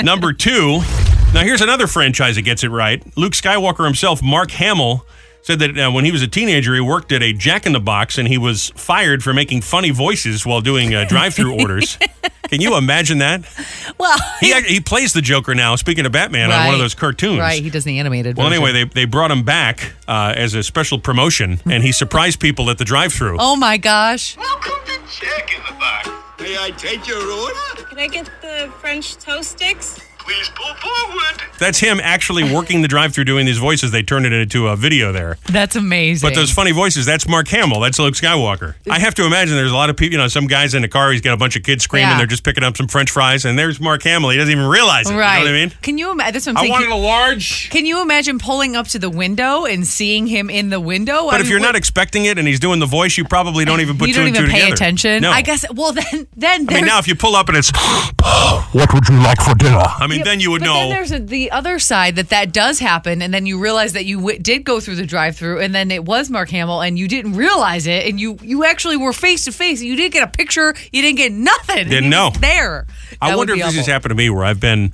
A: Number two. Now, here's another franchise that gets it right. Luke Skywalker himself, Mark Hamill, said that uh, when he was a teenager, he worked at a Jack in the Box and he was fired for making funny voices while doing uh, drive through
B: <laughs>
A: orders. Can you imagine that?
B: Well,
A: He, act- he plays the Joker now, speaking of Batman, on one of
B: Right.
A: those cartoons.
B: right, he does the animated.
A: Well,
B: version.
A: anyway, they, they brought him back uh, as a special promotion, and he surprised people at the drive through.
B: Oh my gosh!
E: Welcome to Jack in the Box. May I take your order?
G: Can I get the French toast sticks?
E: Please pull forward.
A: That's him actually working the drive through doing these voices. They turned it into a video there.
B: That's amazing.
A: But those funny voices, that's Mark Hamill. That's Luke Skywalker. I have to imagine there's a lot of people, you know, some guy's in a car, he's got a bunch of kids screaming,
B: Yeah.
A: they're just picking up some french fries, and there's Mark Hamill. He doesn't even realize it.
B: right?
A: You know what I mean?
B: Can you imagine? That's what I'm saying. Can,
A: large.
B: can you imagine pulling up to the window and seeing him in the window?
A: But if you're not expecting it and he's doing the voice, you probably don't even put
B: you
A: two
B: don't
A: and
B: even
A: two
B: pay
A: together.
B: attention.
A: No.
B: I guess. Well, then, then
A: I mean,
B: there's-
A: now if you pull up and it's, I
F: <gasps> What would you like for dinner?
A: mean,
B: Yeah,
A: then you would
B: but
A: know.
B: Then there's a, the other side that that does happen, and then you realize that you w- did go through the drive-through, and then it was Mark Hamill, and you didn't realize it, and you you actually were face to face. You didn't get a picture. You didn't get nothing. and
A: Didn't
B: he
A: know.
B: was There.
A: I
B: That would
A: wonder if
B: be
A: this has
B: awful.
A: happened to me where I've been,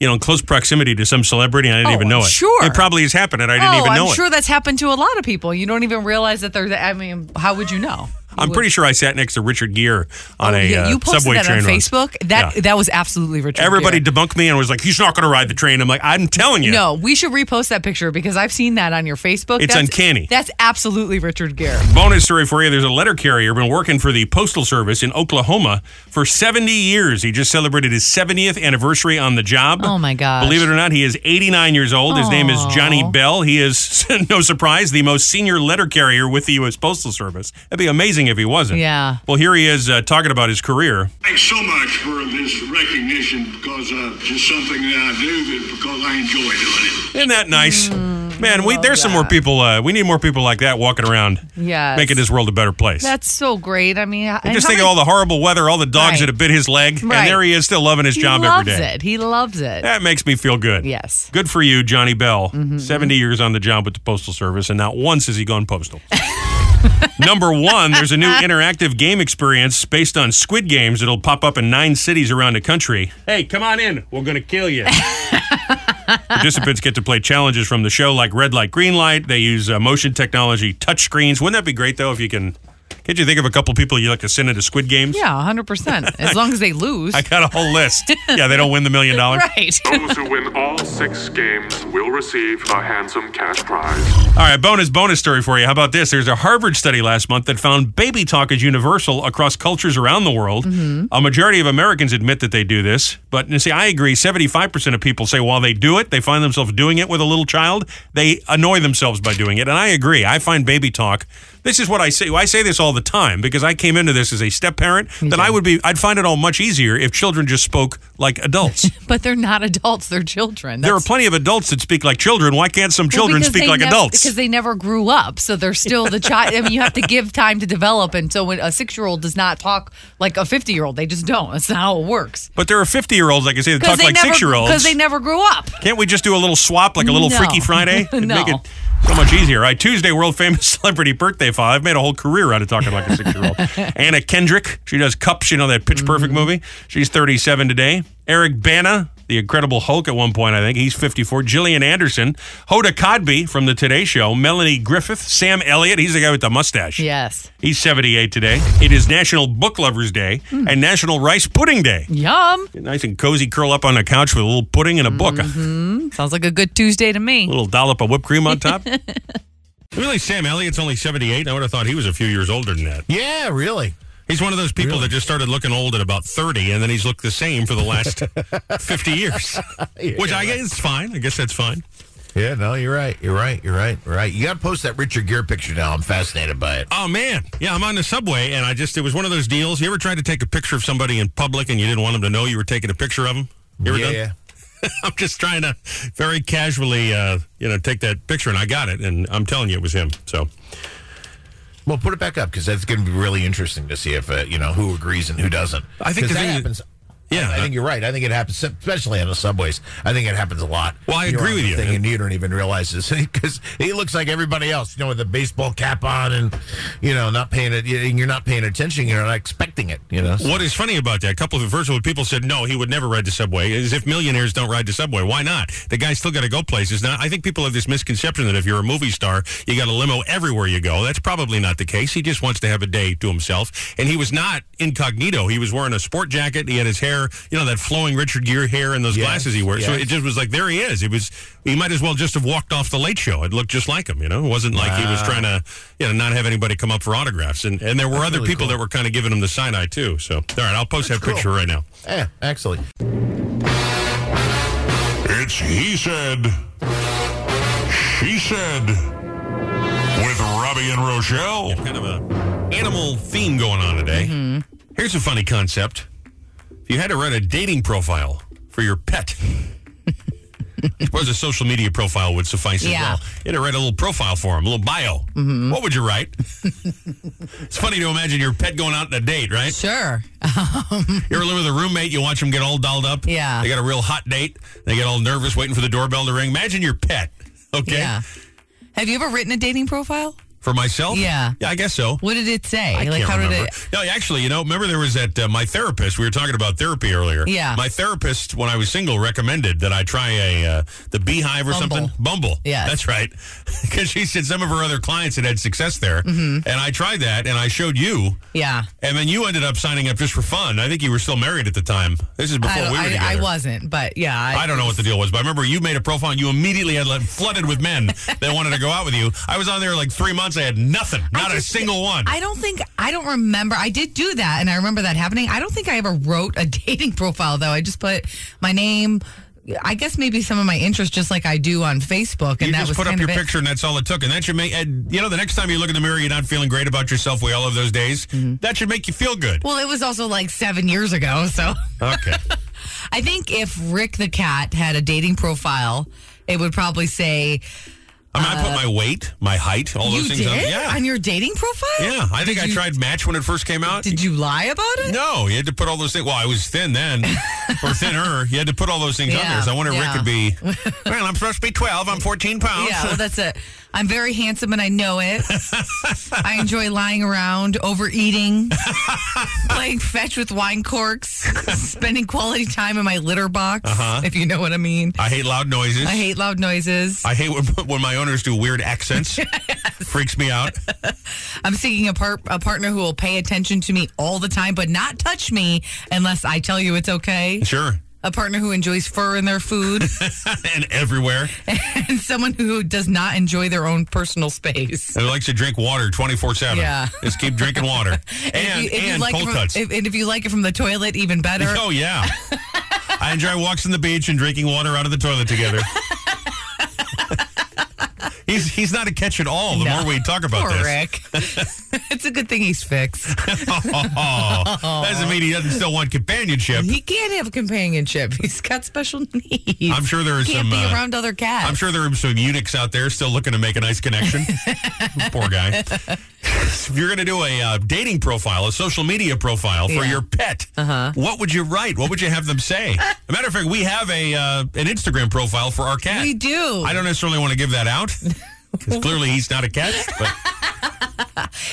A: you know, in close proximity to some celebrity and I didn't
B: Oh,
A: even know
B: I'm
A: it.
B: sure.
A: It probably has happened and I didn't
B: oh,
A: even know
B: I'm
A: it.
B: sure that's happened to a lot of people. You don't even realize that they're. the- I mean, how would you know?
A: I'm pretty sure I sat next to Richard Gere on
B: Oh,
A: a
B: yeah,
A: uh,
B: you posted
A: subway
B: that
A: train
B: on
A: run.
B: Facebook. That
A: Yeah.
B: that was absolutely Richard.
A: Everybody
B: Gere.
A: debunked me and was like, "He's not going to ride the train." I'm like, "I'm telling you."
B: No, we should repost that picture because I've seen that on your Facebook.
A: It's
B: That's-
A: uncanny.
B: That's absolutely Richard Gere.
A: Bonus story for you. There's a letter carrier been working for the Postal Service in Oklahoma for 70 years. He just celebrated his 70th anniversary on the job.
B: Oh, my gosh.
A: Believe it or not, he is 89 years old. His name is Johnny Bell. He is, <laughs> no surprise, the most senior letter carrier with the U.S. Postal Service. That'd be amazing if he wasn't.
B: Yeah.
A: Well, here he is uh, talking about his career.
H: Thanks so much for this recognition because uh, just something that I do but because I enjoy doing it.
A: Isn't that nice?
B: Hmm.
A: Man, we, there's some more people. Uh, we need more people like that walking around,
B: Oh, Yes.
A: making this world a better place.
B: That's so great. I mean,
A: And just think of all the horrible weather, all the dogs
B: Right.
A: that have bit his leg,
B: Right.
A: and there he is still loving his
B: he
A: job
B: loves
A: every day.
B: it. He loves it.
A: That makes me feel good.
B: Yes.
A: Good for you, Johnny Bell. 70 years on the job with the Postal Service, and not once has he gone postal. <laughs> Number one, there's a new interactive game experience based on Squid Games that'll pop up in nine cities around the country. Hey, come on in. We're going to kill you. Participants get to play challenges from the show like red light, green light. They use uh, motion technology, touch screens. Wouldn't that be great, though, if you can? Can't you think of a couple people you'd like to send into Squid Games?
B: Yeah, 100%. As long as they lose. <laughs>
A: I got a whole list. yeah, they don't win the million dollars.
B: right.
I: Those who win all six games will receive a handsome cash prize.
A: All right, bonus bonus story for you. How about this? There's a Harvard study last month that found baby talk is universal across cultures around the world.
B: Mm-hmm.
A: A majority of Americans admit that they do this, but you see, I agree. Seventy-five percent of people say while they do it, they find themselves doing it with a little child. They annoy themselves by doing it, and I agree. I find baby talk. This is what I say. I say this all the time because I came into this as a step parent. Then I would be. I'd find it all much easier if children just spoke like
B: <laughs>
A: adults.
B: But they're not adults, they're children.
A: there are
B: That's-
A: plenty of adults that speak like children. Why can't some
B: Well,
A: children
B: because
A: speak
B: they
A: like
B: nev-
A: adults?
B: because they never grew up, so they're still the child. I mean, you have to give time to develop, and so when a six-year-old does not talk like a fifty-year-old, they just don't. That's not how it works.
A: But there are 50 year olds, like I say, that
B: 'Cause
A: talk
B: they
A: like
B: never-
A: six year olds.
B: they never grew up.
A: Can't we just do a little swap, like a little
B: No.
A: Freaky
B: <laughs>
A: Friday? It'd
B: No.
A: make it so much easier. All right, Tuesday, world famous <laughs> celebrity birthday file. I've made a whole career out of talking like a six
B: <laughs>
A: year old. Anna Kendrick, she does Cups, you know, that Pitch Perfect
B: Mm-hmm.
A: movie. She's 37 today. Eric Bana, the Incredible Hulk at one point, I think. He's 54. Gillian Anderson, Hoda Codby from The Today Show, Melanie Griffith, Sam Elliott. He's the guy with the mustache.
B: Yes.
A: He's 78 today. It is National Book Lovers Day
B: Mm.
A: and National Rice Pudding Day.
B: Yum.
A: Nice and cozy, curl up on a couch with a little pudding and a book,
B: Sounds like a good Tuesday to
A: a
B: me.
A: little dollop of whipped cream on top. really, Sam Elliott's only 78. I would have thought he was a few years older than that.
J: Yeah, really.
A: He's one of those people that just started looking old at about 30, and then he's looked the same for the <laughs> last 50 years. Which I guess is fine. I guess that's fine.
J: Yeah, no, you're right. You're right. You're right. You're right. You got to post that Richard Gere picture now. I'm fascinated by it.
A: Oh, man. Yeah, I'm on the subway, and I just, it was one of those deals. You ever tried to take a picture of somebody in public and you didn't want them to know you were taking a picture of them? You ever
J: yeah,
A: done?
J: yeah.
A: <laughs> I'm just trying to very casually, uh, you know, take that picture, and I got it, and I'm telling you, it was him. So.
J: Well, put it back up because that's going to be really interesting to see if uh, you know who agrees and who doesn't.
A: I think
J: 'Cause
A: the
J: that
A: thing is-
J: happens.
A: Yeah.
J: I, I think you're right. I think it happens, especially on the subways. I think it happens a lot.
A: Well, I
J: You're
A: agree
J: on
A: with
J: the
A: you.
J: Thing and you don't even realize this <laughs> because he looks like everybody else, you know, with a baseball cap on and you know not paying it. and You're not paying attention. You're not expecting it. You know. so-
A: What is funny about that? A couple of first of all, people said no, he would never ride the subway. As if millionaires don't ride the subway. Why not? The guy's still got to go places. Now, I think people have this misconception that if you're a movie star, you got a limo everywhere you go. That's probably not the case. He just wants to have a day to himself. And he was not incognito. He was wearing a sport jacket. He had his hair, you know, that flowing Richard Gere hair and those
J: Yes,
A: glasses he wears. So
J: yes.
A: it just was like there he is. It was he might as well just have walked off the late show. It looked just like him. You know, it wasn't like he was trying to you know not have anybody come up for autographs. And and there were other
J: really
A: people
J: cool.
A: that were kind of giving him the side eye too. So all right, I'll post that
J: cool.
A: picture right now.
J: Yeah, excellent.
I: It's He Said, She Said, with Robbie and Rochelle.
A: Kind of a animal theme going on today. Here's a funny concept: if you had to write a dating profile for your pet. I suppose a social media profile would suffice as
B: Yeah.
A: well. You had to write a little profile for him, a little bio. What would you write? <laughs> it's funny to imagine your pet going out on a date, right?
B: Sure.
A: You ever live with a roommate? You watch them get all dolled up.
B: Yeah.
A: They got a real hot date. They get all nervous waiting for the doorbell to ring. Imagine your pet. <laughs> Okay.
B: Have you ever written a dating profile?
A: For myself?
B: Yeah.
A: Yeah, I guess so.
B: What did it say?
A: I
B: like
A: can't
B: how did
A: remember.
B: it?
A: No, actually, you know, remember there was that uh, my therapist. We were talking about therapy earlier.
B: Yeah.
A: My therapist, when I was single, recommended that I try a uh, the Beehive or
B: Bumble.
A: something. Bumble.
B: Yes.
A: that's right. <laughs> Because she said some of her other clients had had success there,
B: Mhm.
A: and I tried that, and I showed you,
B: Yeah.
A: and then you ended up signing up just for fun. I think you were still married at the time. This is before
B: I,
A: we were
B: I-
A: together.
B: I wasn't, but yeah.
A: I don't know what the deal was, but I remember you made a profile and you immediately had like, flooded with men that wanted to go out with you. I was on there like three months. I had nothing, not a single one.
B: I don't think I don't remember. I did do that, and I remember that happening. I don't think I ever wrote a <laughs> dating profile though. I just put my name. I guess maybe some of my interests, just like I do on Facebook, and
A: you
B: that
A: just
B: was
A: put up
B: kind
A: your
B: of it.
A: picture, and that's all it took. And that should make and, you know the next time you look in the mirror, you're not feeling great about yourself. We all have those days.
B: Mm-hmm.
A: That should make you feel good.
B: Well, it was also like seven years ago, <laughs> so
A: Okay.
B: I think if Rick the cat had a dating profile, it would probably say
A: I mean, I put my weight, my height, all
B: Uh, you
A: those things.
B: did
A: On, yeah,
B: on your dating profile.
A: yeah. I think I tried Match when it first came out.
B: Did you lie about it?
A: No, you had to put all those things. Well, I was thin then, or thinner. You had to put all those things on
B: Yeah,
A: there. So I wonder if
B: yeah.
A: Rick could be. Well, I'm supposed to be 12. I'm 14 pounds.
B: Yeah, well, that's it. I'm very handsome and I know
A: <laughs>
B: it. I enjoy lying around,
A: <laughs>
B: overeating, playing fetch with wine corks, spending quality time in my litter box,
A: Uh-huh.
B: if you know what I mean.
A: I hate loud noises.
B: I hate loud noises.
A: I hate when, <laughs> when my owners do weird
B: <laughs>
A: accents. Freaks me out.
B: I'm seeking a, par- a partner who will pay attention to me all the time, but not touch me unless I tell you it's okay.
A: Sure. <laughs>
B: A partner who enjoys fur in their food,
A: and everywhere.
B: and someone who does not enjoy their own personal space.
A: And likes to drink water 24 7.
B: Yeah.
A: Just keep drinking water. And,
B: <laughs> if you, if you
A: and
B: like it
A: cold
B: from,
A: <laughs> cuts.
B: If, and if you like it from the toilet,
A: <laughs>
B: even better.
A: oh,
B: <laughs>
A: yeah. I enjoy walks on the beach and drinking water out of the toilet
B: <laughs>
A: together. he's he's not a catch at all the
B: No.
A: more we talk about
B: Poor
A: this.
B: Rick. <laughs> it's a good thing he's fixed.
A: <laughs> Oh, doesn't mean he doesn't still want companionship.
B: He can't have companionship. <laughs> He's got special needs.
A: I'm sure there are
B: can't
A: some,
B: be
A: uh,
B: around other cats.
A: I'm sure there are some eunuchs out there still looking to make a nice
B: <laughs>
A: connection. Poor guy. If you're going to do a uh, dating profile, a social media profile for
B: Yeah. Uh-huh.
A: your pet, what would you write? What would you have them
B: <laughs>
A: say? a matter of fact, we have a uh, an Instagram profile for our cat.
B: We do.
A: I don't necessarily want to give that
B: <laughs>
A: out because clearly he's not a cat. But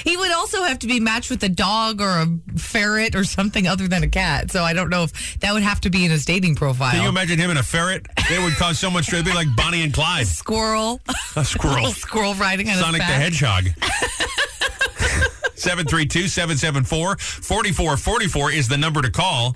B: He would also have to be matched with a dog or a ferret or something other than a cat. So I don't know if that would have to be in his dating
A: can you
B: profile.
A: imagine him and a ferret? They would cause so much trouble. It'd be like Bonnie and
B: <laughs>
A: Clyde,
B: Squirrel.
A: a squirrel.
B: Little squirrel riding on
A: Sonic the
B: his back.
A: Hedgehog. 732-774-4444 is the number to call.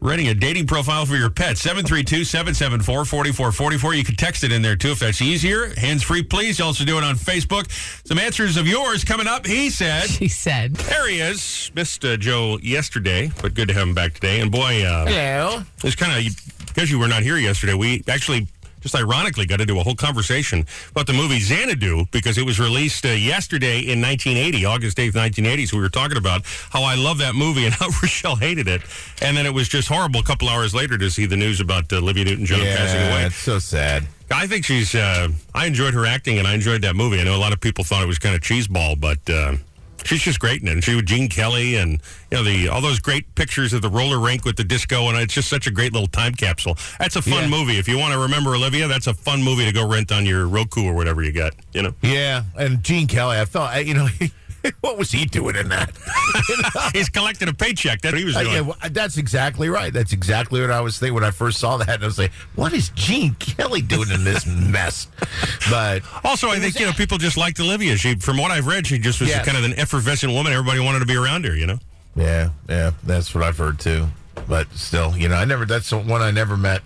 A: Writing a dating profile for your pet. 732-774-4444. You can text it in there too if that's easier. Hands free, please. You also do it on Facebook. Some answers of yours coming up. He said.
B: She said.
A: There he is. Missed uh, Joe yesterday, but good to have him back today. And boy, uh,
B: Hello.
A: it's kind of because you were not here yesterday. We actually just ironically got into a whole conversation about the movie Xanadu because it was released uh, yesterday in 1980, August 8th, 1980. So we were talking about how I love that movie and <laughs> how Rochelle hated it, and then it was just horrible. A couple hours later to see the news about uh, Olivia Newton-John passing away.
J: it's so sad.
A: I think she's. Uh, I enjoyed her acting, and I enjoyed that movie. I know a lot of people thought it was kind of cheeseball, but uh, she's just great in it. And she with Gene Kelly, and you know the all those great pictures of the roller rink with the disco, and it's just such a great little time capsule. That's a fun
J: Yeah.
A: movie. If you want to remember Olivia, that's a fun movie to go rent on your Roku or whatever you got. You know,
J: Yeah, and Gene Kelly, I thought, I- you know, <laughs> what was he doing in that? <laughs>
A: he's collecting a paycheck. That's what he was
J: I-
A: doing.
J: Uh, yeah, well, that's exactly right. That's exactly what I was thinking when I first saw that. And I was like, what is Gene Kelly doing in this mess? But
A: Also, I think you know people just liked Olivia. She, from what I've read, she just was
J: Yeah.
A: kind of an effervescent woman. Everybody wanted to be around her. You know.
J: yeah, yeah, that's what I've heard too. But still, you know, I never, that's the one I never met.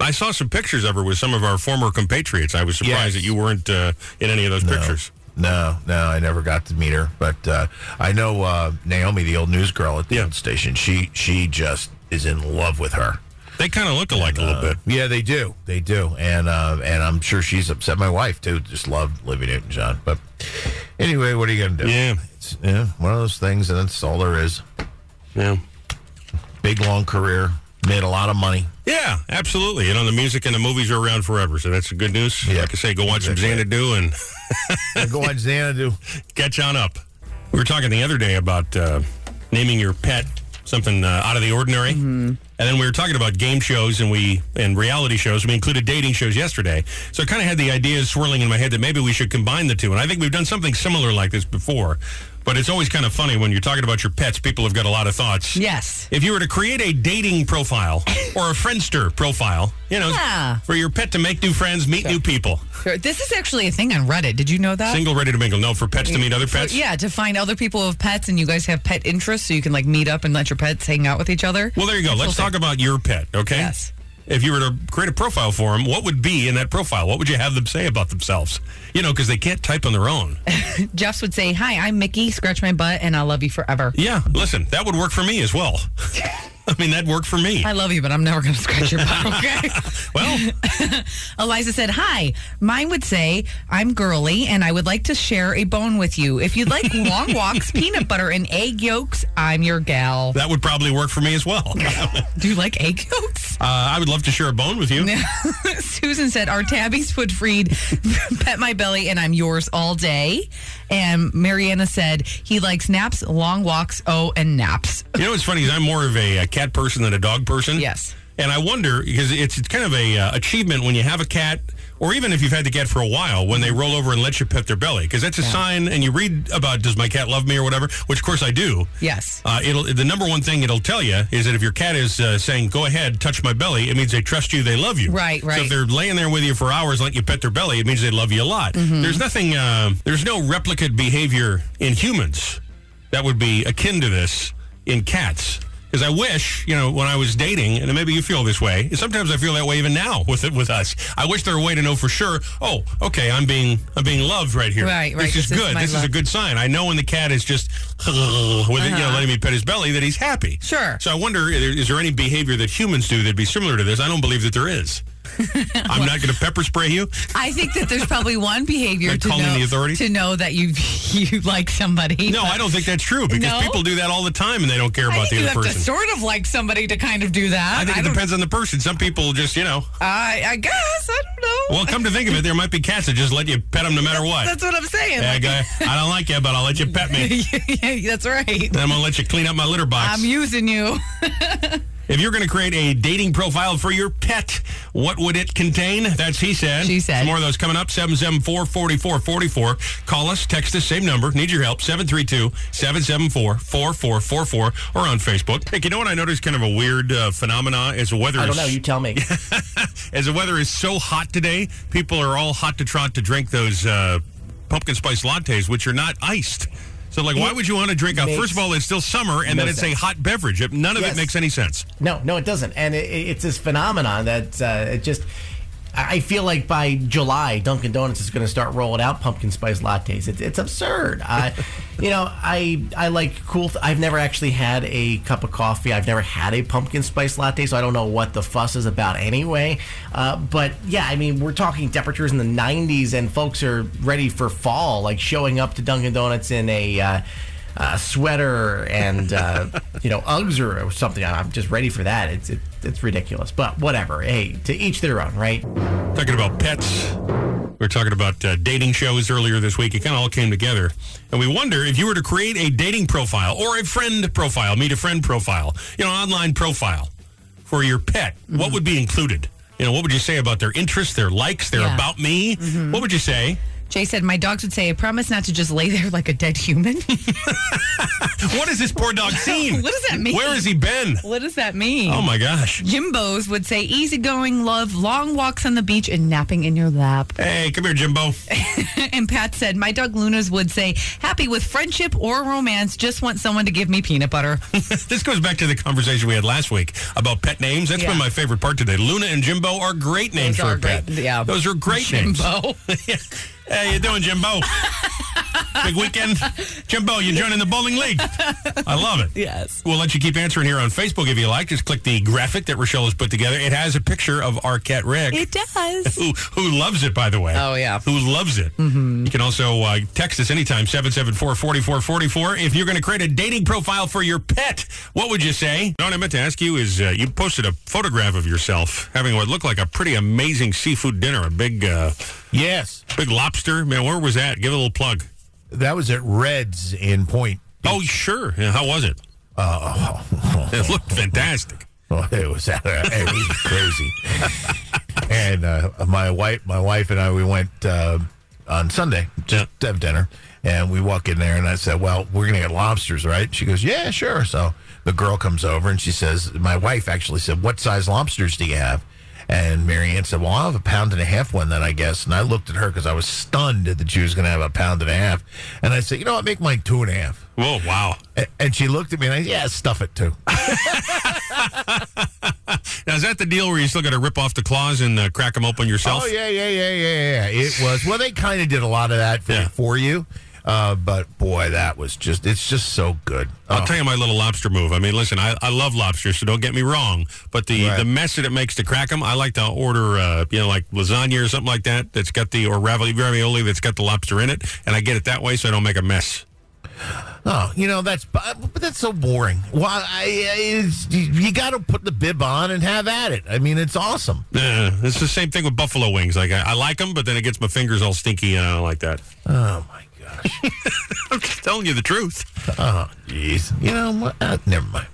A: I saw some pictures of her with some of our former compatriots. I was surprised that
J: Yes.
A: you weren't uh, in any of those pictures.
J: No, no, I never got to meet her. But uh, I know uh, Naomi, the old news girl at the old station, she, she just is in love with her.
A: They kind of look alike a little bit.
J: Yeah, they do. They do, and uh, and I'm sure she's upset. My wife too just loved Livy Newton John. But anyway, what are you gonna do?
A: Yeah.
J: it's, yeah, one of those things, and that's all there is.
A: Yeah.
J: Big long career, made a lot of money.
A: Yeah, absolutely. You know, the music and the movies are around forever, so that's good news.
J: Yeah.
A: Like I say, go watch some
J: Exactly.
A: Xanadu and
J: And go watch Xanadu.
A: catch on up. We were talking the other day about uh, naming your pet something uh, out of the ordinary.
B: Mm-hmm.
A: And then we were talking about game shows and we and reality shows. We included dating shows yesterday, so I kind of had the idea swirling in my head that maybe we should combine the two. And I think we've done something similar like this before. But it's always kind of funny when you're talking about your pets. People have got a lot of thoughts.
B: Yes.
A: If you were to create a dating
B: <laughs>
A: profile or a Friendster profile, you know,
B: Yeah.
A: for your pet to make new friends, meet new people,
B: Sure. This is actually a thing on Reddit. Did you know that?
A: single, ready to mingle. No, for pets to meet other
B: Uh, For-
A: pets.
B: yeah, to find other people with pets, and you guys have pet interests, so you can like meet up and let your pets hang out with each other.
A: Well, there you go.
B: That's
A: Let's
B: the whole
A: talk about your pet, okay?
B: Yes.
A: If you were to create a profile for them, what would be in that profile? What would you have them say about themselves? You know, because they can't type on their
B: <laughs>
A: own.
B: thing. Jeff's would say, "Hi, I'm Mickey. Scratch my butt, and I'll love you forever."
A: Yeah, listen, that would work for me as
B: <laughs>
A: well. I mean, that worked for me.
B: I love you, but I'm never going to <laughs> scratch your butt. Okay.
A: well,
B: <laughs> Eliza said, Hi, mine would say, I'm girly and I would like to share a bone with you. If you'd like long walks, peanut butter, and egg yolks, I'm your gal.
A: that would probably work for me as well.
B: <laughs>
A: uh,
B: Do you like egg yolks? <laughs>
A: I would love to share a bone with you.
B: Susan said, Our tabbies would read, <laughs> Pet my belly and I'm yours all day. And Mariana said, He likes naps, long walks, oh, and naps.
A: You know what's funny is I'm more of a, uh cat person than a dog person.
B: Yes.
A: And I wonder because it's it's kind of a uh, achievement when you have a cat, or even if you've had the cat for a while, when they roll over and let you pet their belly, because that's a sign. And you read about does my cat love me or whatever, which of course I do.
B: Yes.
A: Uh, it'll the number one thing it'll tell you is that if your cat is uh, saying go ahead touch my belly, it means they trust you, they love you.
B: Right,
A: So if
B: right.
A: they're laying there with you for hours, let you pet their belly, it means they love you a lot.
B: Mm-hmm.
A: There's nothing, uh, there's no replicate behavior in humans that would be akin to this in cats. Because I wish, you know, when I was dating, and maybe you feel this way. and Sometimes I feel that way even now with it with us. I wish there were a way to know for sure. Oh, okay, I'm being I'm being loved right here.
B: Right, right,
A: This is
B: this is
A: good.
B: my
A: this is a
B: love.
A: good sign. I know when the cat is just <laughs> with it, you know,
B: Uh-huh.
A: letting me pet his belly that he's happy.
B: Sure.
A: So I wonder, is there any behavior that humans do that'd be similar to this? I don't believe that there
B: <laughs>
A: is. I'm not going to pepper spray you.
B: I think that there's probably one behavior
A: Like
B: to
A: calling
B: know,
A: the authorities?
B: to know that you <laughs> you like somebody.
A: No,
B: but-
A: I don't think that's true because
B: No?
A: people do that all the time and they don't care
B: I
A: about
B: think you
A: the
B: have
A: other
B: to
A: person.
B: sort of like somebody to kind of do that.
A: I think it
B: don't-
A: depends on the person. Some people just, you know.
B: I, I guess I don't know.
A: Well, come to think of it, there might be cats that just let you pet them no matter what.
B: that's what I'm saying.
A: yeah,
B: Like-
A: guy, I don't like you, but I'll let you pet
B: <laughs>
A: me.
B: Yeah, that's right.
A: Then I'm gonna let you clean up my litter box.
B: I'm using you.
A: if you're gonna create a dating profile for your pet, what would it contain? That's he said.
B: She said.
A: Some more of those coming up. Seven seven four forty four forty four. Call us, text us, same number. Need your help. 732-774-4444 or on Facebook. Hey, you know what I noticed? Kind of a weird uh, phenomena is weather.
K: I don't
A: is-
K: know. You tell me.
A: <laughs> As the weather is so hot today, people are all hot to trot to drink those uh, pumpkin spice lattes, which are not iced. So, like, why
K: It
A: would you want to drink a?
K: makes
A: First of all, it's still summer, and
K: no
A: then it's a
K: sense.
A: hot beverage. It- None of
K: Yes.
A: it makes any sense.
K: No, no, it doesn't. And it, it- it's this phenomenon that uh, it just. I I feel like by July, Dunkin' Donuts is going to start rolling out pumpkin spice lattes. It's, it's absurd. I, you know, I I like cool. Th- I've never actually had a cup of coffee. I've never had a pumpkin spice latte, so I don't know what the fuss is about anyway. Uh, but yeah, I mean, we're talking temperatures in the 90s, and folks are ready for fall, like showing up to Dunkin' Donuts in a. Uh, uh, sweater and uh, you know Uggs or, or something. I'm just ready for that. It's it, it's ridiculous, but whatever. Hey, to each their own, right?
A: Talking about pets, we were talking about uh, dating shows earlier this week. It kind of all came together, and we wonder if you were to create a dating profile or a friend profile, meet a friend profile, you know, online profile for your pet.
B: Mm-hmm.
A: What would be included? You know, what would you say about their interests, their likes, their
B: Yeah. Mm-hmm.
A: about me? What would you say?
B: Jay said my dogs would say, "I promise not to just lay there like a dead human." <laughs>
A: What has this poor dog seen?
B: What does that mean?
A: Where has he been?
B: what does that mean?
A: Oh my gosh.
B: Jimbo's would say, "Easygoing love, long walks on the beach, and napping in your lap." <laughs>
A: Hey, come here, Jimbo.
B: and Pat said, "My dog Luna's would say, happy with friendship or romance, just want someone to give me peanut butter."
A: <laughs> this goes back to the conversation we had last week about pet names. That's been
B: Yeah.
A: my favorite part today. Luna and Jimbo are great names
B: Those
A: for
B: are
A: a pet.
B: great- yeah.
A: Those are great <laughs>
B: Jimbo.
A: names. Yeah. Hey, you doing,
B: <laughs>
A: Jimbo? Big weekend. Jimbo, you joining the bowling league. I love it.
B: Yes.
A: We'll let you keep answering here on Facebook if you like. Just click the graphic that Rochelle has put together. It has a picture of our cat Rick.
B: It does.
A: who who loves it, by the way.
B: Oh, yeah. Mm-hmm.
A: Who loves it. You can also uh, text us anytime, 774-4444. If you're going to create a dating profile for your pet, what would you say? What I meant to ask you is uh, you posted a photograph of yourself having what looked like a pretty amazing seafood dinner, a big uh,
J: <laughs> Yes,
A: big lobster. Man, where was that? Give it a little plug.
J: that was at Reds in Point.
A: Oh, sure. Yeah, how was it?
J: Uh,
A: it looked fantastic.
J: Well, <laughs> it was uh, it was crazy. and uh, my wife, my wife and I, we went uh, on Sunday just to have dinner, and we walk in there, and I said, "Well, we're gonna get lobsters, right?" She goes, "Yeah, sure." So the girl comes over, and she says, "My wife actually said, what size lobsters do you have?" And Mary Ann said, Well, I'll have a pound and a half one then, I guess. And I looked at her because I was stunned that she was going to have a pound and a half. And I said, You know what? Make mine two and a half.
A: Whoa, wow.
J: And she looked at me and I said, Yeah, stuff it too.
A: Now, is that the deal where you still got to rip off the claws and uh, crack them open yourself?
J: Oh yeah, yeah, yeah, yeah, yeah. It was. Well, they kind of did a lot of that for, for you, uh, but boy, that was just—it's just so good. Uh,
A: I'll tell you my little lobster move. I mean, listen, I, I love lobster, so don't get me wrong. But the, the mess that it makes to crack them, I like to order, uh, you know, like lasagna or something like that. That's got the or ravioli, ravioli that's got the lobster in it, and I get it that way, so I don't make a mess.
J: Oh, you know that's but but that's so boring. Well, I, I- it's, you, got to put the bib on and have at it. I mean, it's awesome.
A: Uh, it's the same thing with buffalo wings. Like I, I like them, but then it gets my fingers all stinky, and I don't like that.
J: Oh my
A: <laughs> I'm just telling you the truth.
J: Uh-huh. god! Oh jeez, you know what? Uh, never mind.